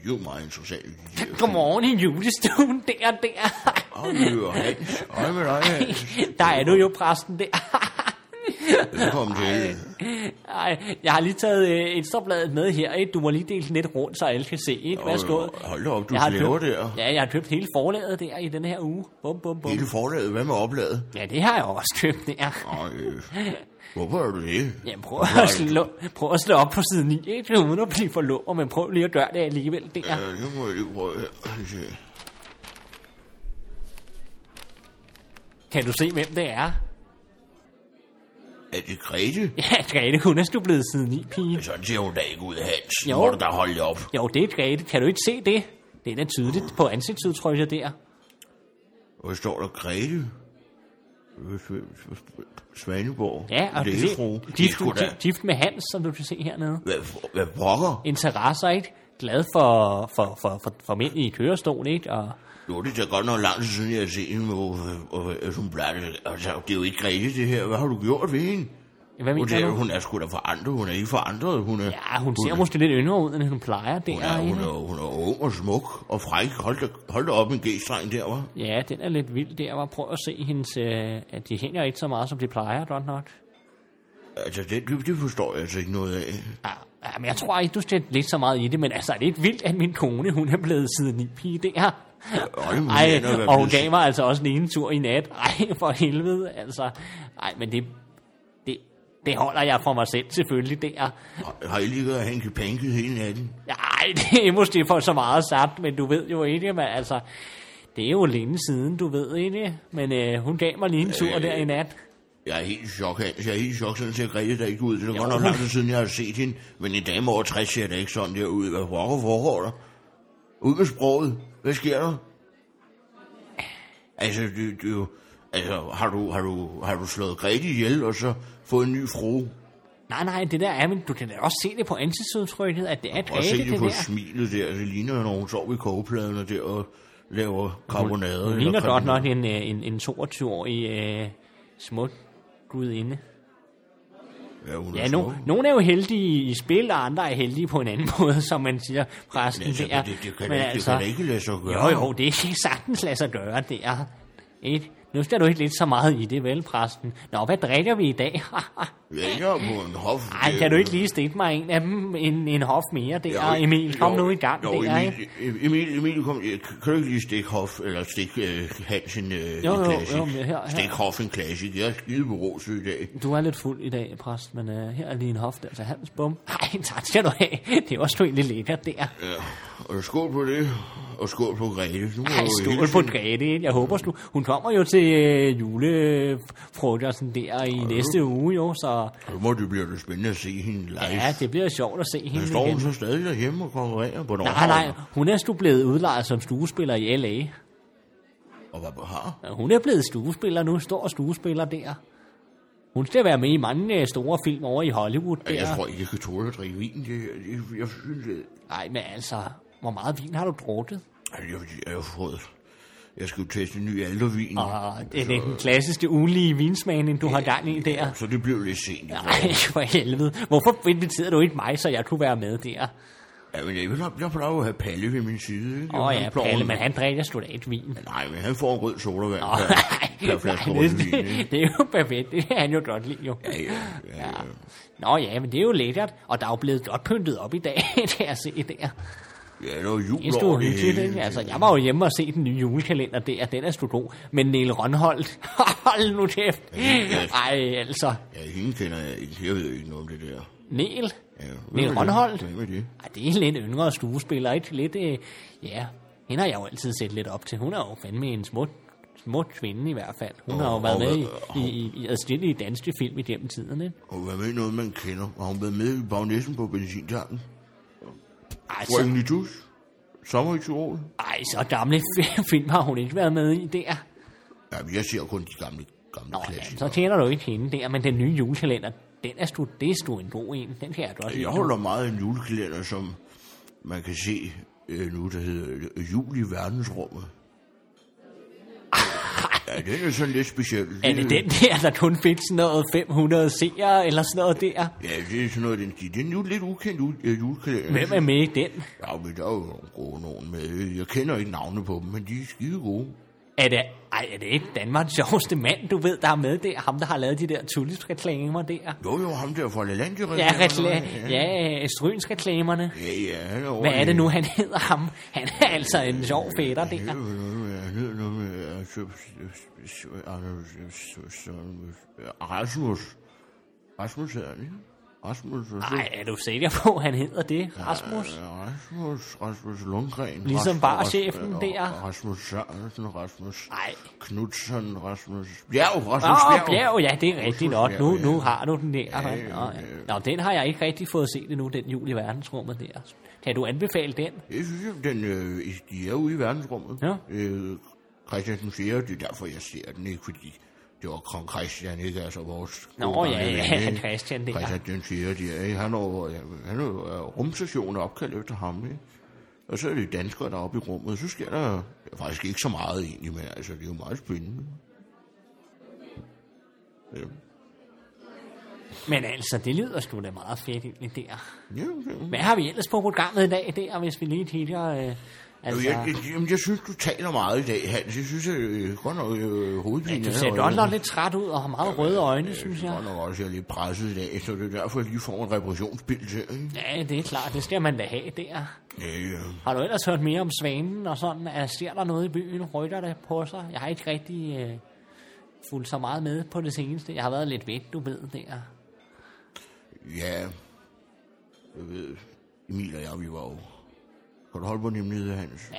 A: De var meget interessante, de der.
B: Godmorgen i julestuen, <laughs> der, der.
A: Åh, det var Hans. Øj, med dig, Hans.
B: Der er du jo præsten, der.
A: Velkommen til.
B: Ej, jeg har lige taget øh, ekstrabladet med her, ikke? Du må lige dele den lidt rundt, så alle kan se, ikke? Værsgo.
A: Åh, øh, Hold da op, du
B: Jeg har
A: slæver
B: købt-
A: der.
B: Ja, jeg har købt hele forlaget der i den her uge. Bum, bum, bum.
A: Hele forlaget, hvad med
B: <laughs>
A: opladet?
B: Ja, det har jeg også købt der.
A: Ej, øh, hvorfor er du det?
B: Ja, prøv at, slå, prøv at slå op på side 9, ikke? uden at blive for lummer, men prøv lige at gøre det alligevel der.
A: Ja, nu må jeg lige prøve her. Se.
B: Kan du se, hvem det er?
A: Er det Grete?
B: Ja, Grete, hun er sgu blevet side 9, pige.
A: Sådan ser hun da ikke ud, Hans.
B: Jo.
A: Nu må du da holde op.
B: Jo, det er Grete. Kan du ikke se det? Det er da tydeligt på ansigtsudtrykket der.
A: Hvor står der Grete? Svaneborg.
B: Ja, og
A: det
B: se,
A: er fru. Det er
B: gift,
A: sgu da.
B: gift, gift med Hans, som du kan se hernede.
A: Hvad, hvad pokker?
B: Interesser, ikke? Glad for, for, for, for, for mænd i kørestol, ikke? Og,
A: Nu er det da godt nok lang tid siden, jeg har set hende, hvor hvor- hvor hun blæder. Altså, det er jo ikke Grete, det her. Hvad har du gjort ved hende?
B: hvad
A: Hun,
B: mener
A: ser,
B: du?
A: hun er sgu da forandret. Hun er ikke forandret. Hun er,
B: Ja, hun ser måske lidt yngre ud, end hun plejer der.
A: hun er, hun,
B: ikke?
A: er, hun er ung og smuk og fræk. Hold da, hold da op en g-streng der, var.
B: Ja, den er lidt vild der. Var prøv at se hendes... Øh, at de hænger ikke så meget, som de plejer, godt nok.
A: Altså, det, det- det forstår jeg altså ikke noget af.
B: Ja, ja, men jeg tror ikke, du skal lidt så meget i det, men altså, er det ikke vildt, at min kone, hun er blevet siden i pige der?
A: Øj, men
B: Ej,
A: han er i hvert
B: og hun
A: fald-
B: gav mig altså også en ene tur i nat. Ej, for helvede, altså. Ej, men det, det, det holder jeg for mig selv, selvfølgelig, der.
A: Har- Har I ligget og hængt panket hele natten?
B: Ej, <laughs> det er måske for så meget sagt, men du ved jo ikke, men altså... Det er jo længe siden, du ved ikke, men øh, hun gav mig lige en tur der i nat.
A: Jeg er helt i chok, Hans. Jeg er helt i chok, sådan ser Grete der ikke ud. Det er godt
B: Jo.
A: nok lang tid siden, jeg har set hende. Men en dame over 60 ser da ikke sådan der ud. Hvad pokker foregår der? Ud med sproget. Hvad sker der? Altså, det, det er jo... Altså, har du, har, du, har du slået Grete ihjel, og så fået en ny frue?
B: Nej, nej, det der er, men du kan da også se det på ansigtsudtrykket, at det er
A: Og se
B: dræbe,
A: det
B: det
A: på
B: der.
A: smilet der. Det ligner, når hun sover i kogepladen og der og laver karbonader.
B: Hun
A: eller
B: ligner godt
A: karbonader.
B: nok en, øh, en, en 22-årig øh, smuk gudinde.
A: Ja, hun er
B: Ja,
A: smuk.
B: no, nogen er jo heldige i spil, og andre er heldige på en anden <laughs> måde, som man siger, præsten
A: Altså,
B: der.
A: det, det, det, kan,
B: Men
A: da ikke, altså, det kan da ikke lade sig gøre.
B: Jo, jo, det kan sagtens lade sig gøre, det er. Ikke? Nu skal du ikke lidt så meget i det, vel, præsten? Nå, hvad drikker vi i dag? <laughs>
A: Vælger på en hof.
B: Ej, kan du ikke lige stikke mig en af dem, en, en hof mere der,
A: Ja,
B: Emil? Kom
A: jo,
B: nu i gang
A: jo,
B: der, ikke?
A: Emil, Emil, Emil, kom, øh, kan du ikke lige stikke Hoff, eller stikke uh, Hansen uh,
B: Jo,
A: en
B: jo,
A: klassik?
B: jo, men her- her.
A: Stik Hoff en klassik. Jeg er skide beruset i dag.
B: Du er lidt fuld i dag, præst, men uh, her er lige en hofte, altså hans <laughs> bum. Ej, tak skal du have. Det er også egentlig lækkert der.
A: Ja. Og skål på det, og skål på Grete. Nu må jeg
B: Ej,
A: jo
B: skål
A: hilse-
B: på Grete. ikke? Jeg håber sgu. Hun kommer jo til øh, julefrokosten der i næste uge, jo, så
A: Nu må det blive det spændende at se hende live.
B: ja, det bliver sjovt at se hende
A: Men står hun
B: igen.
A: så stadig derhjemme og konkurrerer på Norge?
B: Nej, nej, hun er sgu blevet udlejet som skuespiller i L.A.
A: og var på her.
B: Og Hun er blevet skuespiller nu, stor skuespiller der. Hun skal være med i mange øh, store film over i Hollywood der.
A: Jeg tror ikke, jeg kan tåle at drikke vin. Det, jeg, jeg synes, det-
B: Nej, men altså, hvor meget vin har du drukket?
A: Altså, jeg, jeg, jeg, har fået, jeg skal jo teste en ny aldervin.
B: Og Ah, det er den klassiske ugenlige vinsmagning, du har gang i der.
A: Så det blev lidt sent. Ja.
B: Nej, for helvede. Hvorfor inviterede du ikke mig, så jeg kunne være med der?
A: ja men jeg, vil, jeg plejer at have Palle ved min side. ikke?
B: Åh oh,
A: Han
B: ja,
A: plår-
B: Palle, men han drikker sgu da ikke vin.
A: Nej, men han får en rød sodavand.
B: Åh,
A: per-
B: <laughs> nej,
A: per flaske
B: nej, det,
A: rødvin, ikke?
B: <laughs> det, det er jo perfekt. Det kan han jo godt lide, jo.
A: Ja, ja, ja, ja.
B: Nå ja, men det er jo lækkert, og der er jo blevet godt pyntet op i dag, <laughs> det har jeg set der.
A: Ja, der var jul
B: Det er sgu
A: over det
B: hyggeligt,
A: hele.
B: ikke? Altså, jeg var jo hjemme og se den nye julekalender der, den er sgu god. Men Niel Rønholdt, <laughs> hold nu kæft. Ej, altså,
A: Ja, hende kender jeg ikke. Jeg ved ikke noget om det der.
B: Niel.
A: Ja, hvem er
B: Niel
A: det?
B: Rønholdt.
A: Hvem er det?
B: Ej, det er en lidt yngre skuespiller, ikke? Lidt, øh, ja, hende har jeg jo altid set lidt op til. Hun er jo fandme en smuk, smuk kvinde i hvert fald. Hun har jo
A: og
B: været med i,
A: hvad- og-
B: i, i, i adskillige danske film igennem tiden, ikke?
A: Og hvad med noget, man kender? Har hun været med i Bagnessen på benzintanken?
B: Ej, så,
A: Røgen i dus? Sommer i Tirol?
B: ej, så gamle film har hun ikke været med i der.
A: Ja, men jeg ser kun de gamle, gamle
B: Nå, ja,
A: klassikere.
B: så tjener du ikke hende der, men den nye julekalender, den er sgu, det er sgu en god en. Den kan jeg godt
A: Jeg
B: lide.
A: holder meget af en julekalender, som man kan se øh, nu, der hedder øh, Jul i
B: <laughs>
A: verdensrummet. Ja, den er sådan lidt speciel.
B: Er det den der, der kun fik sådan noget 500 seere eller sådan noget der?
A: Ja, det er sådan noget, den stil. Det er en ju- lidt ukendt u- øh, julekalender.
B: Hvem er med i den?
A: Ja, men der er jo nogle gode nogen med. Jeg kender ikke navne på dem, men de er skide gode.
B: Er det, ej, er det ikke Danmarks <laughs> sjoveste mand, du ved, der er med der? Ham, der har lavet de der tullisreklamer der?
A: Jo, jo, ham der fra Lalandia.
B: Ja, rekla- ja strynsreklamerne.
A: Ja, ja, han er
B: Hvad er det nu,
A: han
B: han hedder ham? Han er altså en sjov fætter der.
A: Rasmus. Rasmus hedder han, ikke? Rasmus. og så-
B: Nej, er du sikker på, han hedder det, Rasmus?
A: Ja, Rasmus, Rasmus Lundgren.
B: Ligesom
A: Rasmus-
B: barchefen
A: Rasmus-
B: der.
A: Rasmus Sørensen, Rasmus
B: Nej.
A: Knudsen, Rasmus Bjerg, Rasmus
B: Åh,
A: Bjerg.
B: oh, bjerg, ja, det er rigtigt nok.
A: Bjerg,
B: Nu,
A: ja.
B: nu har du den der. Ja,
A: ja,
B: ja.
A: ja.
B: Nå, den har jeg ikke rigtig fået set endnu, den jul i verdensrummet der. Kan du anbefale den?
A: Jeg synes, at den, øh, de er ude i verdensrummet.
B: Ja.
A: Øh, Christians Museum, det er derfor, jeg ser den ikke, fordi det var kong Christian, ikke? Altså vores...
B: Nå,
A: gode
B: ja,
A: gamle
B: ja,
A: ven, ikke?
B: Christian, det er.
A: Christian den 4. De er, ikke? han er jo, ja, han er jo er rumstationen er opkaldt efter ham, ikke? Og så er det danskere, der er oppe i rummet. Så sker der ja, faktisk ikke så meget egentlig, men altså, det er jo meget spændende. Ja,
B: Men altså, det lyder sgu da meget fedt egentlig der.
A: ja, ja.
B: Hvad har vi ellers på programmet i dag der, hvis vi lige kigger... Øh, altså,
A: Altså... Jeg, jeg, jamen, jeg synes, du taler meget i dag, Hans. Jeg synes, at øh, godt nok øh, hovedpinen...
B: du
A: er
B: ser
A: jo-
B: godt nok lidt træt ud og har meget røde øjne, synes
A: Jeg
B: jeg.
A: er godt nok også, jeg er lidt presset i dag, så det er derfor, jeg lige får en reparationspil til. ikke?
B: Ja, det er klart, det skal man da have der.
A: Ja, ja.
B: Har du ellers hørt mere om svanen og sådan? Er, ser der noget i byen? Rykker det på sig? Jeg har ikke rigtig øh, fulgt så meget med på det seneste. Jeg har været lidt væk, du ved der. <laughs>
A: Ja. Jeg ved, Emil og jeg, vi var jo... Kan du holde på en hemmelighed, Hans?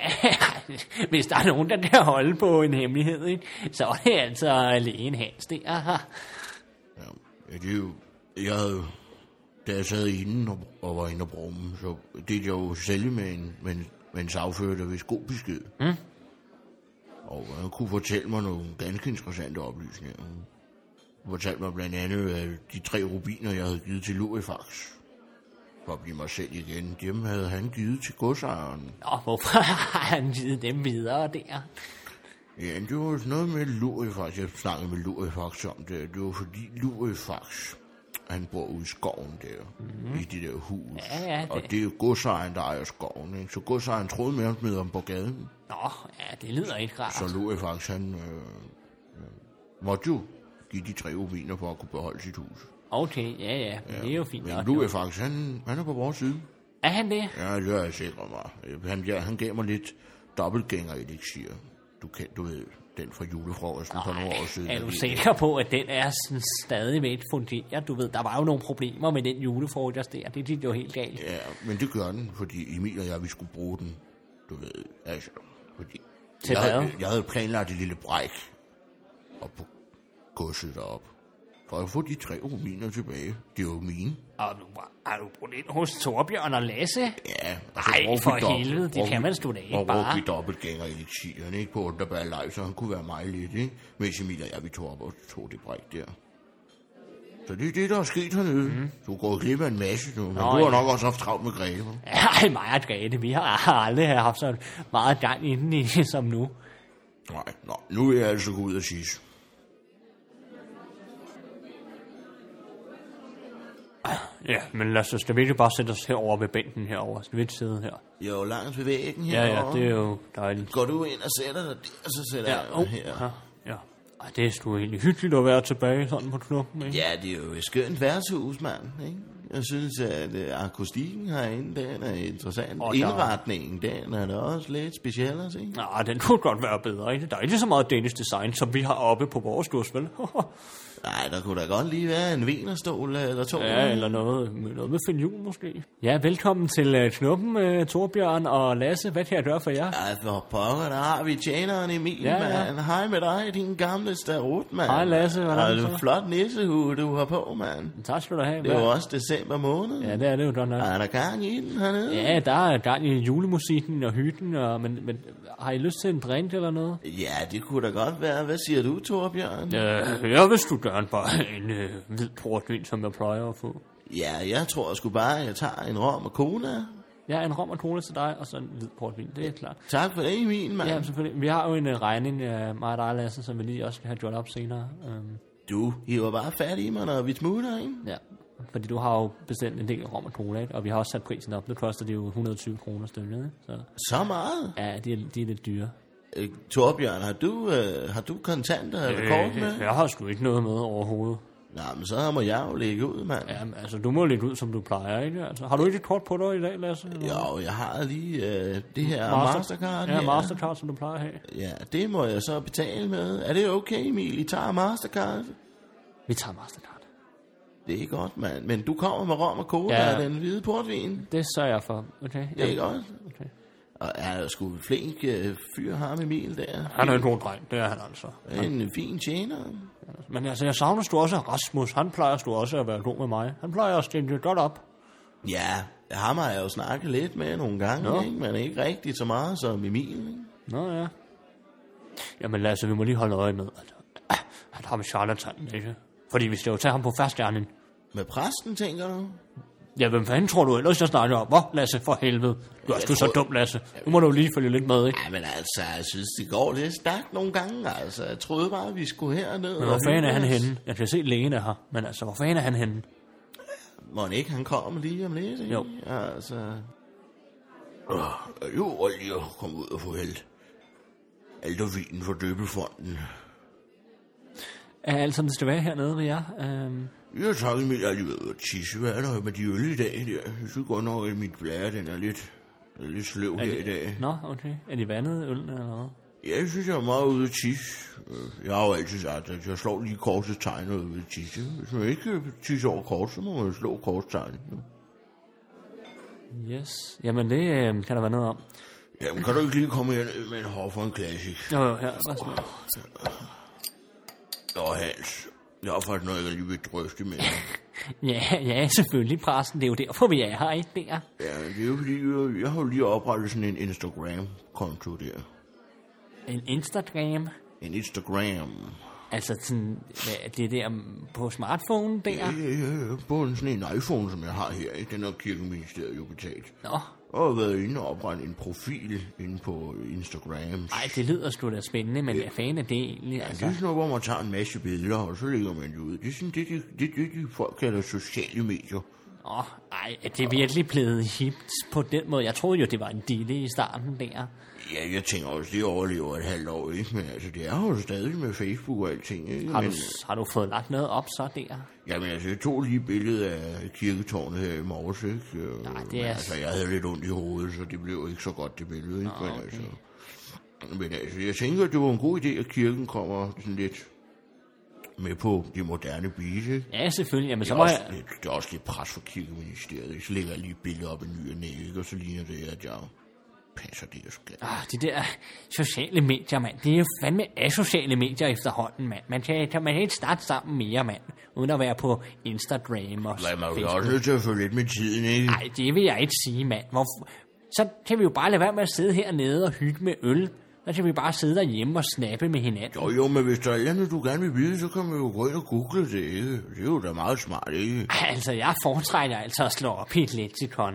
B: Hvis der er nogen, der kan holde på en hemmelighed, ikke? så er det altså lægen Hans der.
A: Ja. ja det er jo... Jeg havde, da jeg sad inde og, og var inde og brumme, så det jeg jo sælge med en, med en, med en sagfører, der vidste god besked. Mm. Og øh, han kunne fortælle mig nogle ganske interessante oplysninger. Han fortalte mig blandt andet, at de tre rubiner, jeg havde givet til Lurifax, for at blive mig selv igen, dem havde han givet til godsejeren.
B: Nå, hvorfor har han givet dem videre der?
A: Ja, det var sådan noget med Lurifax. Jeg snakkede med Lurifax om det. Det var fordi Lurifax, han bor ude i skoven der, mm. i det der hus.
B: Mhm. Ja, ja, det-
A: Og det er jo godsejeren, der ejer skoven, ikke? Så godsejeren troede med at smide ham på gaden.
B: Nå, ja, det lyder ikke rart.
A: Så Lurifax, han øh, øh, måtte jo give de tre rubiner for at kunne beholde sit hus.
B: Okay, ja, ja, det er jo fint.
A: Men
B: nok.
A: Lurifax, han, han er på vores side.
B: Er han det?
A: Ja, det har jeg sikret mig. øh, Han, ja, han gav mig lidt dobbeltgænger-elixir. Du, kan, du ved, den fra julefrokosten for nogle år siden.
B: Er du
A: Jeg-
B: sikker på, at den er sådan stadigvæk fungerer? Du ved, der var jo nogle problemer med den julefrokost der. Det gik jo helt galt.
A: Ja, men det gør den, fordi Emil og jeg, vi skulle bruge den, du ved, altså, fordi...
B: Til
A: jeg,
B: hvad?
A: havde, jeg havde planlagt et lille bræk op på godset derop. For at få de tre rubiner tilbage. Det er jo mine.
B: Og du, har du brugt ind hos Torbjørn og Lasse?
A: Ja,
B: Ej,
A: brugte
B: for
A: vi dobbelt-
B: helvede, det
A: brugte
B: kan
A: vi-
B: man sgu da ikke
A: og brugte
B: bare.
A: vi dobbeltgænger i tieren, ikke? På Underbær Live, så han kunne være mig lidt, ikke? Mens Emil og jeg, vi tog op og tog det bræk der. Så det er det, der er sket hernede. Mm. Du er gået glip af en masse nu, men
B: Mhm. Nå,
A: du har
B: ja.
A: nok også haft travlt med Grete. hva'?
B: Ej, mig og Grete, vi har aldrig haft så meget gang inden i, <laughs> som nu.
A: Nej, nå, nu er jeg altså gå ud og sige.
B: Ja, men lad os, skal vi ikke bare sætte os herover ved bænken herover? Skal vi ikke sidde her?
A: Jo, langs ved væggen
B: Ja,
A: herovre.
B: ja, det er jo dejligt.
A: Går du ind og sætter dig der, så sætter
B: Ja,
A: jeg mig
B: oh,
A: her.
B: ja. ja. Ej, det er sgu egentlig hyggeligt at være tilbage sådan på klubben, ikke?
A: Ja, det er jo et skønt værtshus, mand. Ikke? Jeg synes, at øh, akustikken herinde, den er interessant.
B: Og
A: Og
B: der-
A: Indretningen, den er da også lidt speciel altså, at se.
B: Nej, den kunne godt være bedre, ikke? Der er ikke så meget Danish design, som vi har oppe på vores kurs, vel? <laughs>
A: Nej, der kunne da godt lige være en venerstol eller to.
B: ja, eller noget, noget med finjul måske. Ja, velkommen til uh, Knuppen, uh, Torbjørn og Lasse. Hvad kan jeg gøre for jer?
A: Ej, for pokker, der har vi tjeneren Emil,
B: Ja,
A: ja,
B: ja.
A: mand. Hej med dig, din gamle starot, mand.
B: Hej, Lasse, hvordan
A: Ej, det
B: så?
A: er en flot nissehue, du har på, mand.
B: Tak skal du have.
A: Det er jo
B: Hvad-
A: også december måned.
B: Ja, det er det jo godt nok.
A: Er der gang i den hernede?
B: Ja, der er gang i julemusikken og hytten, og, men, men har I lyst til en drink eller noget?
A: Ja, det kunne da godt være. Hvad siger du, Torbjørn?
B: Øh, jeg vil sgu gerne bare en øh, hvid portvin, som jeg plejer at få.
A: Ja, jeg tror sgu bare, at jeg tager en rom og cola.
B: Ja, en rom og cola til dig, og så en hvid portvin, det er klart.
A: Tak for det, Emil, mand.
B: Ja, selvfølgelig. Vi har jo en øh, regning af mig og dig, Lasse, som vi lige også skal have gjort op senere. Øhm,
A: Du hiver bare fat i mig, når vi smutter, ikke?
B: ja. Fordi du har jo bestilt en del rom og cola, ikke? og vi har også sat prisen op. Nu koster det jo 120 kroner stykket, ikke? Så
A: Så meget.
B: ja, de er, de er lidt dyre.
A: Øh, Torbjørn, har du, øh, har du kontanter
B: Øh,
A: eller kort med?
B: jeg har sgu ikke noget med overhovedet.
A: Nej, men så må jeg jo lægge ud, mand.
B: Jamen, altså, du må lægge ud, som du plejer, ikke? Altså, har du ikke et kort på dig i dag, Lasse? eller hvad?
A: Jo, jeg har lige øh, det her Mastercard
B: Ja,
A: her.
B: Mastercard, som du plejer at have.
A: Ja, det må jeg så betale med. Er det okay, Emil? I tager Mastercard?
B: Vi tager Mastercard.
A: Det er godt, mand. Men du kommer med rom og cola
B: Ja.
A: ja. og den hvide portvin.
B: Det sørger jeg for, okay?
A: Det er godt.
B: okay.
A: Og er der sgu en flink øh, fyr ham, Emil, der?
B: Han er en god dreng, det er han altså.
A: En fin tjener.
B: Men altså, jeg savner sgu også Rasmus. Han plejer sgu også at være god med mig. Han plejer at stille det godt op.
A: Ja, ham har jeg jo snakket lidt med nogle gange,
B: Nå.
A: no. ikke? men ikke rigtig så meget som Emil. Ikke?
B: Nå ja. Jamen Lasse, vi må lige holde øje med, at, at han har med charlatan, ikke? Fordi vi skal jo tage ham på fastjernen.
A: Med præsten, tænker du?
B: Ja, hvem fanden tror du ellers, jeg snakker om? Hvor, Lasse, for helvede. Du er
A: Jeg
B: sgu så
A: tror-
B: dum, Lasse. Nu må du lige følge lidt med, ikke?
A: Ja, men altså, jeg synes, det går lidt stærkt nogle gange. Altså, jeg troede bare, vi skulle herned.
B: Men
A: og
B: hvor fanden er
A: hygge
B: han
A: os.
B: henne? Jeg kan se lægen er her. Men altså, hvor fanden er han henne?
A: Må ikke, han kommer lige om lidt, ikke?
B: Jo.
A: Altså... Øh, jo, og lige at komme ud og få hældt. Alt og vinen fra døbefonden.
B: Er alt, som det skal være hernede ved jer? Øhm,
A: Jeg har tak, Emil, jeg har lige været ude at tisse. Hvad er der med de øl i dag der? Jeg synes godt nok, at min blære, den er lidt, den er lidt sløv her i dag.
B: nå, okay. Er de vandet øl eller noget?
A: Jeg synes, jeg er meget ude at tisse. Øh, Jeg har jo altid sagt, at jeg slår lige korsets tegn og er ude at tisse. Hvis man ikke øh, tisser over kors, så må man slå korsets tegn.
B: Yes. Jamen, det øhm, kan der være noget om.
A: Jamen, kan du ikke lige komme her med en hoffer og en klassik?
B: Jo, jo, her. Værsgo.
A: Og Hans, jeg har faktisk noget, jeg lige vil drøfte med dig.
B: Ja, <laughs> ja, selvfølgelig, præsten. Det er jo derfor, vi er her, ikke der?
A: Ja, det er jo fordi, øh, jeg, jeg har jo lige oprettet sådan en Instagram-konto der.
B: En Instagram.
A: En Instagram.
B: Altså, sådan, hvad, det der mm, på smartphone
A: Ja,
B: der.
A: ja, ja. Både sådan øh, en iPhone, som jeg har her, ikke? den har kirkeministeriet jo betalt.
B: Nå,
A: Og har været inde og oprette en profil inde på Instagram.
B: ej, det lyder sgu da spændende, men hvad fanden er det egentlig?
A: Ja, det
B: Altså,
A: er sådan noget, hvor man tager en masse billeder, og så lægger man det ud. Det er sådan det, de, det, det, de folk kalder sociale medier.
B: nå, ej, er det virkelig blevet hipt på den måde? Jeg troede jo, det var en dille i starten der.
A: Ja, jeg tænker også, det overlever et halvt år, ikke? Men altså, det er jo stadig med Facebook og alting, ikke?
B: Har
A: Men, øh,
B: du, har du fået lagt noget op så der?
A: jamen, altså, jeg tog lige billedet af kirketårnet her i morges, ikke? Øh,
B: Nej, det
A: men
B: er-
A: Altså, jeg havde lidt ondt i hovedet, så det blev ikke så godt, det billede, ikke? men, altså, men altså, jeg tænker, det var en god idé, at kirken kommer sådan lidt med på det moderne beat, ikke?
B: Ja, selvfølgelig. Jamen,
A: Det
B: så
A: er,
B: må
A: også
B: jeg...
A: lidt, det er også lidt pres for kirkeministeriet. ikke? Så lægger jeg lige et billede op i ny og næ, ikke? og så ligner det, at jeg passer det jo skal.
B: Ah, de der sociale medier, mand. Det er jo fandme asociale medier efterhånden, mand. Man kan, kan man kan ikke starte sammen mere, mand. Uden at være på Instagram og
A: Jeg må jo også nødt til at følge lidt med tiden, ikke?
B: Nej, det vil jeg ikke sige, mand. Hvor... Så kan vi jo bare lade være med at sidde hernede og hygge med øl. Så kan vi bare sidde derhjemme og snappe med hinanden.
A: Jo, jo, men hvis der er et eller andet, du gerne vil vide, så kan man jo gå ind og google det, ikke? Det er jo da meget smart, ikke?
B: Ej, altså, jeg foretrækker altså at slå op i et leksikon,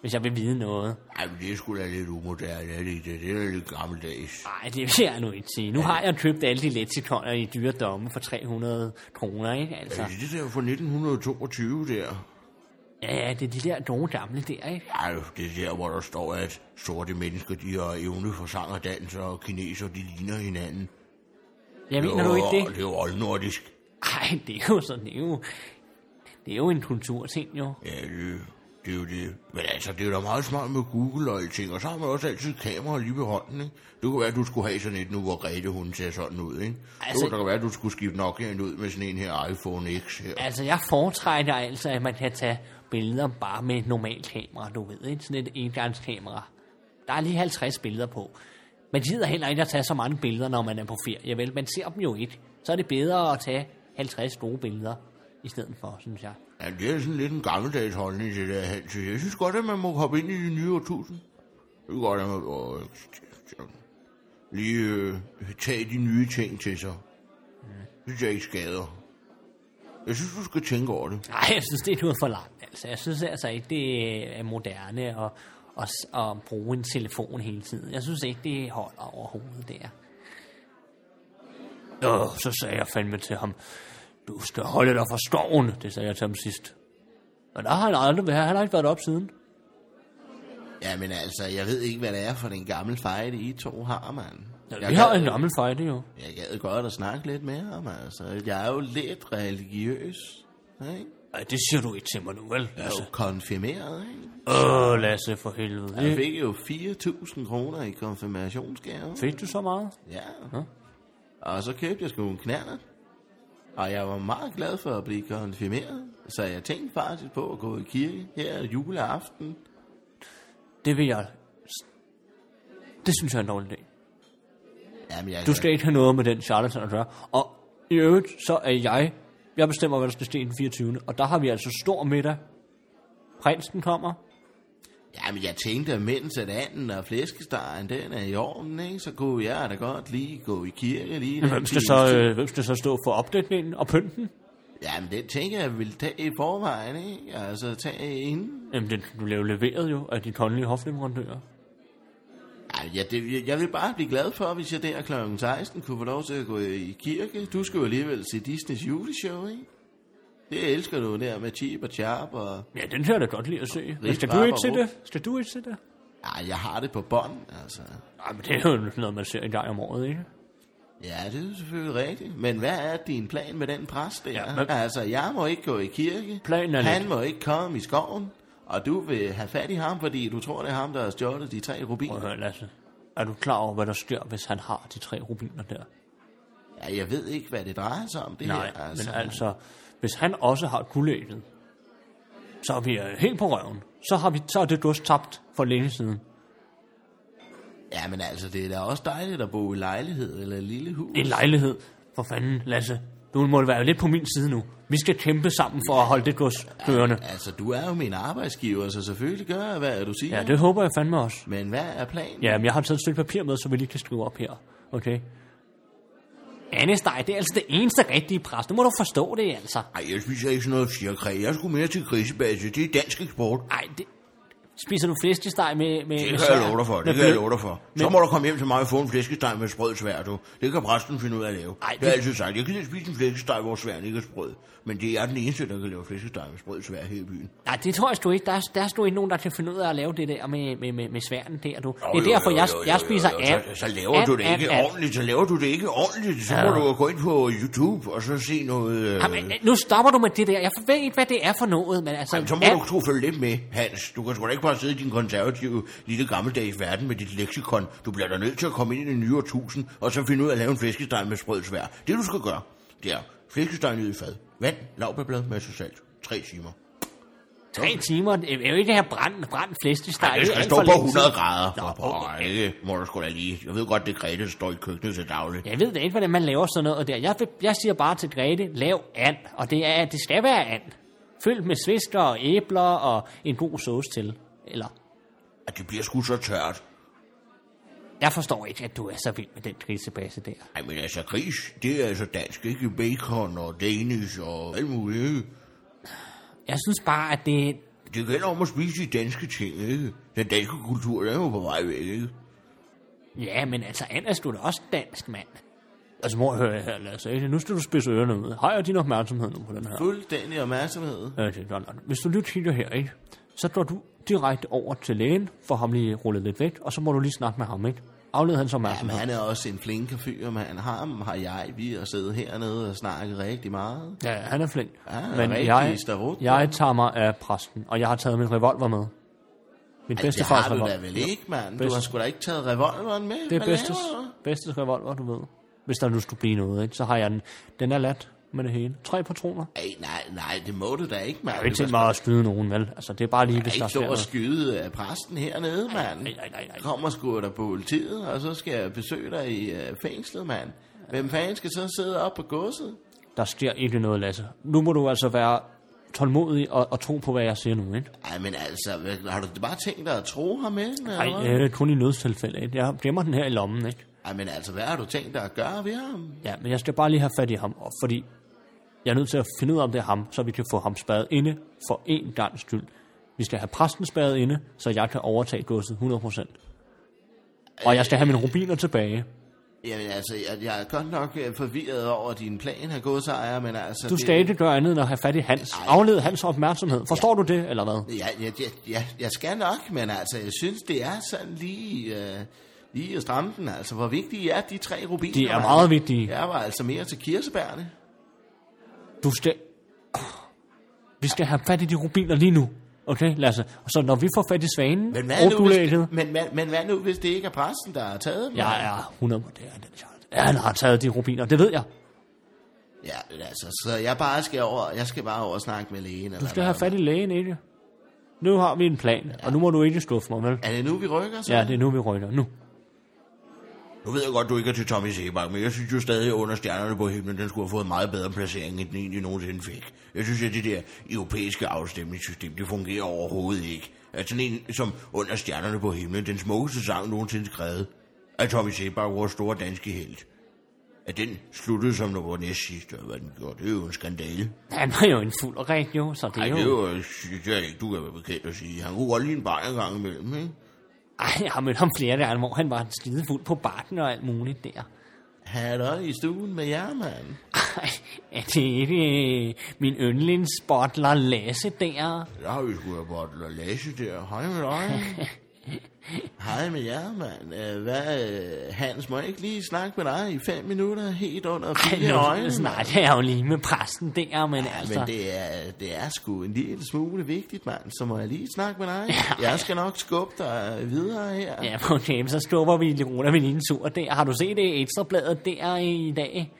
B: hvis jeg vil vide noget.
A: Ej, men det er sgu da lidt umoderne, er det ikke det? Det er da lidt gammeldags.
B: Nej, det vil jeg nu ikke sige. Nu har jeg købt alle de leksikoner i dyre domme for 300 kroner, ikke? Altså,
A: Er det det der fra 1922 der?
B: ja, ja, det er de der gode gamle der, ikke?
A: Ej, det er der, hvor der står, at sorte mennesker, de har evne for sang og dans, og kineser, de ligner hinanden.
B: Jeg mener du ikke det?
A: Det er jo oldnordisk.
B: Nej, det er jo sådan, det er jo... Det er jo en kulturting, jo.
A: Ja, det, det er jo det. Men altså, det er jo da meget smart med Google og alting, og så har man også altid et kamera lige ved hånden, ikke? Det kunne være, at du skulle have sådan et nu, hvor Grete, hun ser sådan ud, ikke? Altså...
B: Altså-
A: Det kunne da være, at du skulle skifte Nokia'en ud med sådan en her iPhone X her.
B: Altså, jeg foretrækker altså, at man kan tage billeder bare med et normalt kamera, du ved, ikke? Sådan et engangskamera. Der er lige 50 billeder på. Man gider heller ikke at tage så mange billeder, når man er på ferie, vel? Man ser dem jo ikke. Så er det bedre at tage 50 gode billeder i stedet for, synes jeg.
A: Ja, det er sådan lidt en gammeldags holdning til det her, Hans. Jeg synes godt, at man må hoppe ind i det nye årtusind. Det er godt, at man må lige øh, tage de nye ting til sig. Det synes jeg ikke skader. Jeg synes, du skal tænke over det.
B: Nej, jeg synes, det er noget for langt. Altså, jeg synes altså ikke, det er moderne at, at, at bruge en telefon hele tiden. Jeg synes ikke, det holder overhovedet der. Nå, så sagde jeg fandme til ham, du skal holde dig fra skoven, det sagde jeg til ham sidst. Og der har han aldrig været, han har ikke været op siden.
A: Ja, men altså, jeg ved ikke, hvad det er for den gamle fejl, I to har, mand.
B: Ja, vi har en gammel fejde jo.
A: jeg gad godt at snakke lidt mere om, altså. Jeg er jo lidt religiøs, ikke?
B: Ej, det siger du ikke til mig nu, vel?
A: Jeg er
B: Altså,
A: jo konfirmeret, ikke?
B: åh, Lasse, for helvede.
A: Jeg
B: ikke?
A: fik jo 4.000 kroner i konfirmationsgave.
B: Fik du så meget?
A: Ja. Og så købte jeg sgu en knaller. Og jeg var meget glad for at blive konfirmeret. Så jeg tænkte faktisk på at gå i kirke her juleaften.
B: Det vil jeg... Det synes jeg er en dårlig dag.
A: Jamen, jeg,
B: Du skal ikke have noget med den charlatan at gøre. Og i øvrigt, så er jeg... Jeg bestemmer, hvad der skal ske den 24. Og der har vi altså stor middag. Prinsen kommer.
A: Jamen, jeg tænkte, at mens at anden og flæskestegen, den er i orden, ikke? så kunne jeg da godt lige gå i kirke lige. den
B: Hvem skal
A: times
B: så,
A: tid.
B: øh, hvem skal så stå for opdækningen og pynten?
A: Jamen, det tænker jeg, jeg ville tage i forvejen, ikke? Altså, tage inden.
B: Jamen, den blev leveret jo af de kongelige hofleverandører.
A: Ej, ja, det, jeg vil bare blive glad for, hvis jeg der kl. 16 kunne få lov til at gå i kirke. Du skal jo alligevel se Disneys juleshow, ikke? Det elsker du der med Chip og Chap og...
B: Ja, den her er da godt lige at se. Men
A: Ris,
B: skal du
A: pap
B: ikke
A: og
B: se
A: rug.
B: det? Skal du ikke se det?
A: Ej, jeg har det på bånd, altså.
B: Ej, men det er jo noget, man ser en gang om året, ikke?
A: Ja, det er selvfølgelig rigtigt. Men hvad er din plan med den præst der? Ja,
B: Ja,
A: men...
B: men-
A: Altså, jeg må ikke gå i kirke.
B: Planen er
A: Han
B: lidt-
A: må ikke komme i skoven. Og du vil have fat i ham, fordi du tror, det er ham, der har stjålet de tre
B: Prøv at
A: rubiner.
B: høre, Lasse. Er du klar over, hvad der sker, hvis han har de tre rubiner der?
A: Ja, jeg ved ikke, hvad det drejer sig om, det
B: Nej,
A: her. Altså.
B: men altså, hvis han også har guldægget, så er vi øh, helt på røven. Så, har vi, så er det gods tabt for længe siden.
A: Ja, men altså, det er da også dejligt at bo i lejlighed eller et lille hus.
B: En lejlighed. For fanden, Lasse. Du må være lidt på min side nu. Vi skal kæmpe sammen for at holde det gods kørende.
A: Altså, du er jo min arbejdsgiver, så selvfølgelig gør jeg, hvad du siger.
B: Ja, det håber jeg fandme også.
A: Men hvad er planen?
B: Ja, men jeg har taget et stykke papir med, så vi lige kan skrive op her. Okay? Annesteg, det er altså det eneste rigtige præst. Nu må du forstå det, altså.
A: Ej, jeg spiser ikke sådan noget fjerkræ. Jeg skulle mere til grisebasse. Det er dansk eksport.
B: Ej, det... Spiser du flæskesteg med... med
A: Det
B: med
A: kan jeg
B: sær?
A: love dig for,
B: Med
A: det kan jeg
B: blød-
A: love dig for. Så
B: Men-
A: må du komme hjem til mig og få en flæskesteg med sprød svær, du. Det kan præsten finde ud af at lave. det har
B: Ej,
A: jeg
B: det-
A: altid sagt. Jeg kan ikke spise en flæskesteg, hvor sværen ikke er sprød. Men det er jeg den eneste, der kan lave flæskesteg med sprød svær i hele byen.
B: Nej, det tror jeg sgu ikke. Der er, der er sgu ikke nogen, der kan finde ud af at lave det der med, med, med, med sværden der, du.
A: Jo,
B: det er
A: jo,
B: derfor,
A: jo,
B: jeg,
A: jo, jo,
B: jeg spiser
A: jo, jo.
B: an.
A: Så, så laver du det
B: an,
A: ikke
B: an, an.
A: ordentligt, så laver du det ikke ordentligt. Så må du jo gå ind på YouTube, og så se noget... øh,
B: Jamen, nu stopper du med det der. Jeg ved ikke, hvad det er for noget, men altså...
A: Jamen, så må
B: an-
A: du sgu følge lidt med, Hans. Du kan sgu da ikke bare sidde i din konservative lille gammeldags verden med dit leksikon. Du bliver da nødt til at komme ind i det nye årtusind, og så finde ud af at lave en flæskesteg med sprød svær. Det du skal gøre, det er flæskesteg ned i fad, vand, lavbærblad, masse salt, tre timer.
B: Tre timer, det er jo ikke det her brand, brand flæstesteg.
A: Nej, det
B: er
A: skal
B: alt
A: stå
B: for
A: på
B: længe
A: 100
B: siden.
A: grader.
B: Nå,
A: Nå,
B: okay.
A: på, ikke, må du sgu da lige. Jeg ved godt, det er Grete, der står i køkkenet til daglig.
B: Jeg ved da ikke, hvordan man laver sådan noget der. Jeg, vil- jeg siger bare til Grete, lav and, og det, er, det skal være and. Fyldt med svisker og æbler og en god sauce til. Eller,
A: At det bliver sgu så tørt.
B: jeg forstår ikke, at du er så vild med den grisebasse der.
A: Ej, men altså, gris, det er altså dansk, ikke? Bacon og danish og alt muligt, ikke?
B: Jeg synes bare, at det...
A: Det gælder om at spise de danske ting, ikke? Den danske kultur, den er jo på vej væk, ikke?
B: Ja, men altså, and er sgu da også dansk, mand. Altså, mor, hør jeg her, Lasse. ikke? Nu skal du spidse ørerne ud. Højer din opmærksomhed nu på den her.
C: Fuldstændig opmærksomhed.
B: Altså, John Lennon, hvis du lige kigger her, ikke? så går du direkte over til lægen, får ham lige rullet lidt væk, og så må du lige snakke med ham, ikke? Afleder han så
C: Jamen,
B: opmærksomhed.
C: han er også en flink fyr, man. Ham har jeg, vi har siddet hernede og snakket rigtig meget.
B: Ja, han er flink.
C: Ja, han er
B: men
C: rigtig
B: jeg,
C: starut,
B: jeg tager mig af præsten, og jeg har taget min revolver med. Min
C: Det
B: bedstefars
C: har du
B: revolver.
C: da vel ikke, mand. Du
B: Bedste-
C: har sgu da ikke taget revolveren med.
B: Det er
C: Hvad
B: bedstes,
C: laver du?
B: bedstes revolver, du ved. Hvis der nu skulle blive noget, ikke? så har jeg den. Den er lat med det hele. Tre patroner.
C: Ej, nej, nej, det må du da ikke, mand.
B: Jeg er jo ikke
C: Du kan
B: tænkt mig at skyde nogen, vel? Altså, det er bare lige, hvis
C: sgu
B: der
C: ikke stå
B: sker
C: og
B: noget.
C: skyde af præsten hernede, mand.
B: nej, nej, nej, nej.
C: Kommer sgu der på politiet, og så skal jeg besøge dig i øh, fængslet, mand. Hvem fanden skal så sidde op på godset?
B: Der sker ikke noget, Lasse. Nu må du altså være tålmodig og, og tro på, hvad jeg siger nu, ikke?
C: Ej, men altså, hvad- har du bare tænkt dig at tro ham med? eller hvad?
B: Nej, øh, kun i nødstilfælde, ikke? Jeg gemmer den her i lommen, ikke?
C: Ej, men altså, hvad har du tænkt dig at gøre ved ham?
B: Ja, men jeg skal bare lige have fat i ham, og fordi jeg er nødt til at finde ud af, om det er ham, så vi kan få ham spadet inde for én gang skyld. Vi skal have præsten spadet inde, så jeg kan overtage godset 100%. Og jeg skal have mine rubiner tilbage.
C: Jamen altså, jeg, jeg er godt nok øh, forvirret over din plan, her godsejer, men altså...
B: Du
C: det-
B: skal ikke gøre andet end at have fat i Hans. Afled hans opmærksomhed. Forstår du det, eller hvad?
C: Ja, ja, ja, ja, jeg skal nok, men altså, jeg synes, det er sådan lige... Øh, lige at stramme den, altså. Hvor vigtige er de tre rubiner?
B: De er
C: mand?
B: meget vigtige.
C: Jeg var altså mere til kirsebærne.
B: Du skal... Vi skal have fat i de rubiner lige nu. Okay, Lasse? Og så når vi får fat i svanen
C: Men
B: og
C: hvad, nu, hvis,
B: gulægget...
C: det- men, men, men hvad nu, hvis det ikke er præsten, der har taget dem?
B: Jeg er 100 på det her, den Charles. Ja, han har taget de rubiner, det ved jeg.
C: Ja, altså, så jeg bare skal over, jeg skal bare over og snakke med lægen.
B: Du skal have fat i lægen, ikke? Nu har vi en plan, og nu må du ikke skuffe mig, vel?
C: Er det nu, vi rykker så?
B: Ja, det er nu, vi rykker. Nu.
A: Nu ved jeg godt, du ikke er til Tommy Sebak, men jeg synes jo stadig, at under stjernerne på himlen, den skulle have fået en meget bedre placering, end den egentlig nogensinde fik. Jeg synes, at det der europæiske afstemningssystem, det fungerer overhovedet ikke. At sådan en som under stjernerne på himlen, den smukkeste sang nogensinde skrevet, af Tommy Sebak, vores store danske held. At den sluttede som nummer næst sidste, og hvad den gjorde, det er jo en skandale.
B: Han var jo en fuld og ren, jo, så det
A: Ej,
B: er
A: det er
B: jo...
A: jo, synes jeg ikke, du kan være bekendt at sige. Han kunne godt lide en bajer en gang imellem, ikke?
B: Ej, jeg har mødt ham flere gange, hvor han var skidefuld på barten og alt muligt der.
C: Halløj i stuen med jer, mand.
B: Ej, er det ikke øh, min yndlingsbottler Lasse der?
A: Der har vi sgu da bottler Lasse der. Hej med dig.
B: <laughs>
C: Hej med jer, mand. Øh, Hvad, øh, Hans, må jeg ikke lige snakke med dig i fem minutter helt under fire
B: Ej, nu
C: øjne? mand?
B: snakker jeg jo lige med præsten der, men ja, altså...
C: Men det er, det er sgu en lille smule vigtigt, mand. Så må jeg lige snakke med dig. Jeg skal nok skubbe dig videre her.
B: Ja, okay, så skubber vi Lona med en tur der. Har du set det ekstrabladet der i dag?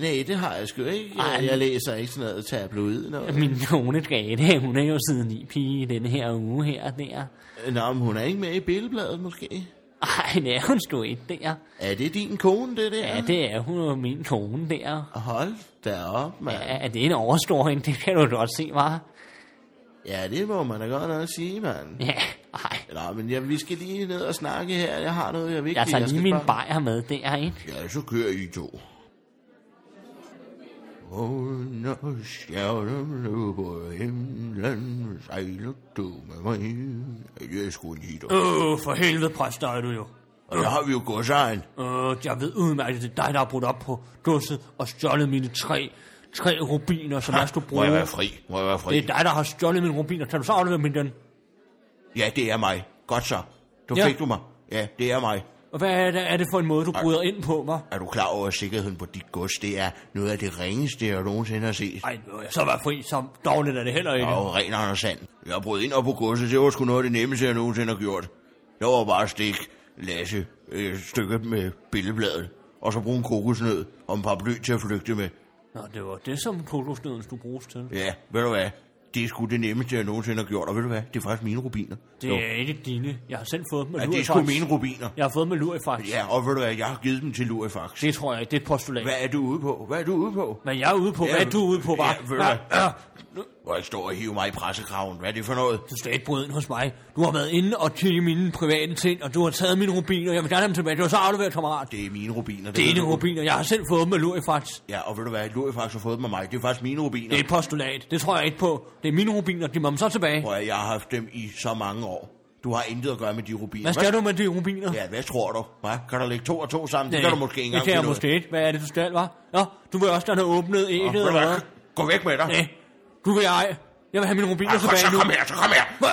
C: Nej, det har jeg sgu ikke.
B: Ej,
C: Jeg,
B: men-
C: jeg læser ikke sådan noget tabloid. Noget.
B: Min kone Grete, hun er jo siden i pige i den her uge her der.
C: Nå, men hun er ikke med i billedbladet måske.
B: Ej, det er hun sgu ikke der.
C: Er det din kone, det der?
B: Ja, det er hun jo min kone der.
C: Hold da op, mand.
B: Er, er det en overstoring? Det kan du godt se, var.
C: Ja, det må man da godt nok sige, mand.
B: Ja, ej.
C: Nå, men ja, vi skal lige ned og snakke her. Jeg har noget, jeg er vigtigt.
B: Jeg tager lige
C: skal
B: min
C: bare-
B: bajer med der, ikke?
A: Ja, så kører I to. Under stjernerne på himlen sejler du med mig. Ja, det er sgu en hit. Og
B: Øh, for helvede, præster er du jo.
A: der har vi jo godsejen.
B: Øh, jeg ved udmærket, det er dig, der har brudt op på godset og stjålet mine tre, tre rubiner, som jeg skulle
A: Må
B: bruge.
A: jeg være fri? Må jeg være fri?
B: Det er dig, der har stjålet mine rubiner. Kan du så aflevere min den?
A: Ja, det er mig. Godt så. Du
B: Ja.
A: fik du mig. Ja, det er mig.
B: Og hvad er det, er det for en måde, du bryder ind på mig?
A: Er du klar over, at sikkerheden på dit gods, det er noget af det ringeste, jeg nogensinde har set?
B: Ej, nu er jeg så være fri, så dårligt er det heller ikke.
A: Og ren Anders Sand. Jeg brød ind op på godset, det var sgu noget af det nemmeste, jeg nogensinde har gjort. Der var bare stik, Lasse, øh, stykket med billedbladet, og så bruge en kokosnød og en par bly til at flygte med.
B: Nå, det var det, som kokosnøden skulle bruges til.
A: Ja, ved du hvad? det er sgu det nemmeste, jeg nogensinde har gjort. Og ved du hvad? Det er faktisk mine rubiner.
B: Det
A: Jo.
B: er ikke dine. Jeg har selv fået dem af
A: Ja, det er
B: Lurifax.
A: sgu mine rubiner.
B: Jeg har fået dem af Lurifax.
A: Ja, og ved du hvad? Jeg har givet dem til Lurifax.
B: Det tror jeg ikke. Det er et postulat.
A: Hvad er du ude på? Hvad er du ude på?
B: Men jeg er ude på,
A: Ja,
B: ja, hvad er du ude på, var?
A: ja, ved du
B: Hvad?
A: hvad?
B: Ja,
A: Hvor jeg står og hiver mig i pressekraven. Hvad er det for noget?
B: du skal ikke bryde ind hos mig. Du har været inde og tjene mine private ting, og du har taget mine rubiner. Jeg vil gerne have dem tilbage. Det var så afleveret, kammerat.
A: Det er mine rubiner.
B: Det er
A: ved
B: dine
A: du.
B: rubiner. Jeg har selv fået dem af Lurifax.
A: Ja, og ved du hvad? Lurifax har fået dem af mig. Det er faktisk mine rubiner.
B: Det er et postulat. Det tror jeg ikke på. Det er mine rubiner. De må dem så tilbage.
A: Prøv at, jeg har haft dem i så mange år. Du har intet at gøre med de rubiner.
B: Hvad skal du med de rubiner?
A: Ja, hvad tror du? Hva? Kan der lægge to og to sammen? Det, kan du måske ikke engang
B: Det kan jeg
A: finde ud af.
B: måske ikke. Hvad er det, du skal, var? Ja, du vil også gerne have åbnet
A: Nå,
B: ægget,
A: ved du
B: eller
A: hvad?
B: hvad?
A: Gå væk med dig.
B: Nej, du vil ej. Jeg vil have mine
A: Ah,
B: rubiner
A: kom, så
B: tilbage nu.
A: kom her, så kom her.
B: Hva?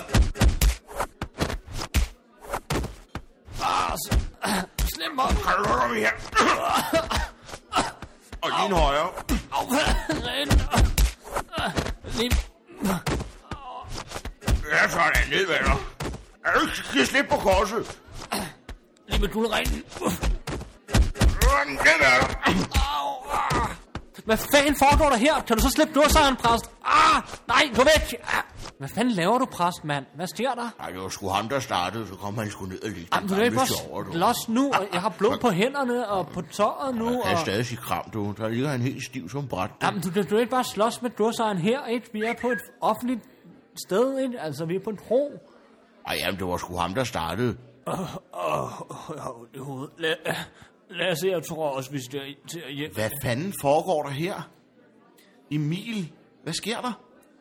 B: Ah, så- ah, Slem op.
A: Kan du lukke om her? Og din højre.
B: Au, <laughs> ren. Ah, ah, Lige.
A: Ja, sådan. Ned med dig. Er du ikke giv slip på korset?
B: Lige med guldrenen.
A: Ned med dig.
B: Au, ah. Hvad fanden foregår der her? Kan du så slippe dørsejren, præst? Ah, nej, gå væk! Ah. Hvad fanden laver du, præst, mand? Hvad sker der?
A: Ej, det var sgu ham, der startede, så kom han sgu ned og lige.
B: Jamen, du løber los nu, og jeg har blod på hænderne og på tøjet nu,
A: Han er
B: og...
A: stadig sit kram, du. Der ligger han helt stiv som bræt. du.
B: Jamen, du, du, du ikke bare slås med dursejren her, ikke? Vi er på et offentligt sted, ikke? Altså, vi er på en kro.
A: Ej, jamen, det var sgu ham, der startede.
B: Åh, oh, jeg har ondt i hovedet. Lad, Lasse, jeg tror også, vi skal ind til at hjem.
A: Hvad fanden foregår der her? Emil, hvad sker der?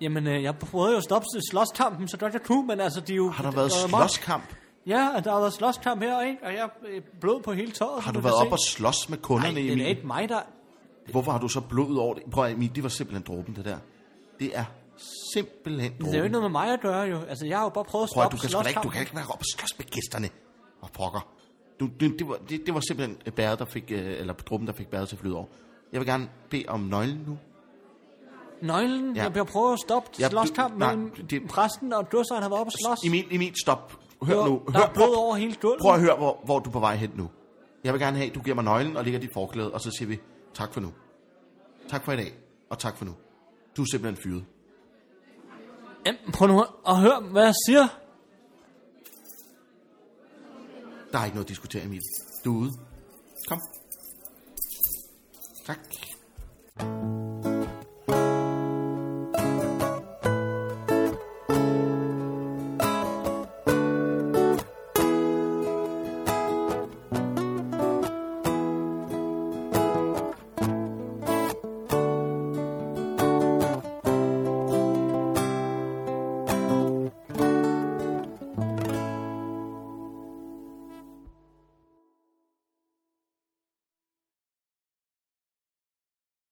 B: Jamen, øh, jeg prøvede jo at stoppe slåskampen, så godt jeg kunne, men altså, de er jo...
A: Har der været
B: der er mob.
A: slåskamp?
B: Ja, der har været slåskamp her, ikke? Og jeg er blod på hele tøjet.
A: Har du været op og slås med
B: Nej,
A: kunderne,
B: det er da
A: Emil?
B: ikke mig, der...
A: Hvorfor har du så blod over det? Prøv at, Emil, det var simpelthen dråben, det der. Det er simpelthen
B: Det er jo ikke
A: dråben.
B: noget med mig at gøre, jo. Altså, jeg har jo bare prøvet at
A: Prøv at,
B: stoppe
A: du kan, sgu da ikke, du kan ikke være op og slås med gæsterne. Og pokker. Du, det, det, var, det, det var simpelthen bæret, der fik, øh, eller dråben, der fik bæret til at flyde over. Jeg vil gerne bede om nøglen nu.
B: Nøglen,
A: Ja.
B: ja. jeg bliver prøvet at stoppe
A: Ja,
B: ja,
A: du-
B: slåskampen
A: nej,
B: mellem
A: det-
B: det... præsten og durseren har været oppe og slås.
A: Emil, Emil, stop. Hør
B: Der-
A: nu.
B: Der
A: Hør,
B: er blod over hele gulvet.
A: Prøv at høre, hvor, hvor du er på vej hen nu. Jeg vil gerne have, at du giver mig nøglen og lægger dit forklæde, og så siger vi tak for nu. Tak for i dag, og tak for nu. Du er simpelthen fyret.
B: Jamen, prøv nu at høre, hvad jeg siger.
A: Der er ikke noget at diskutere, Emil. Du er ude. Kom. Tak.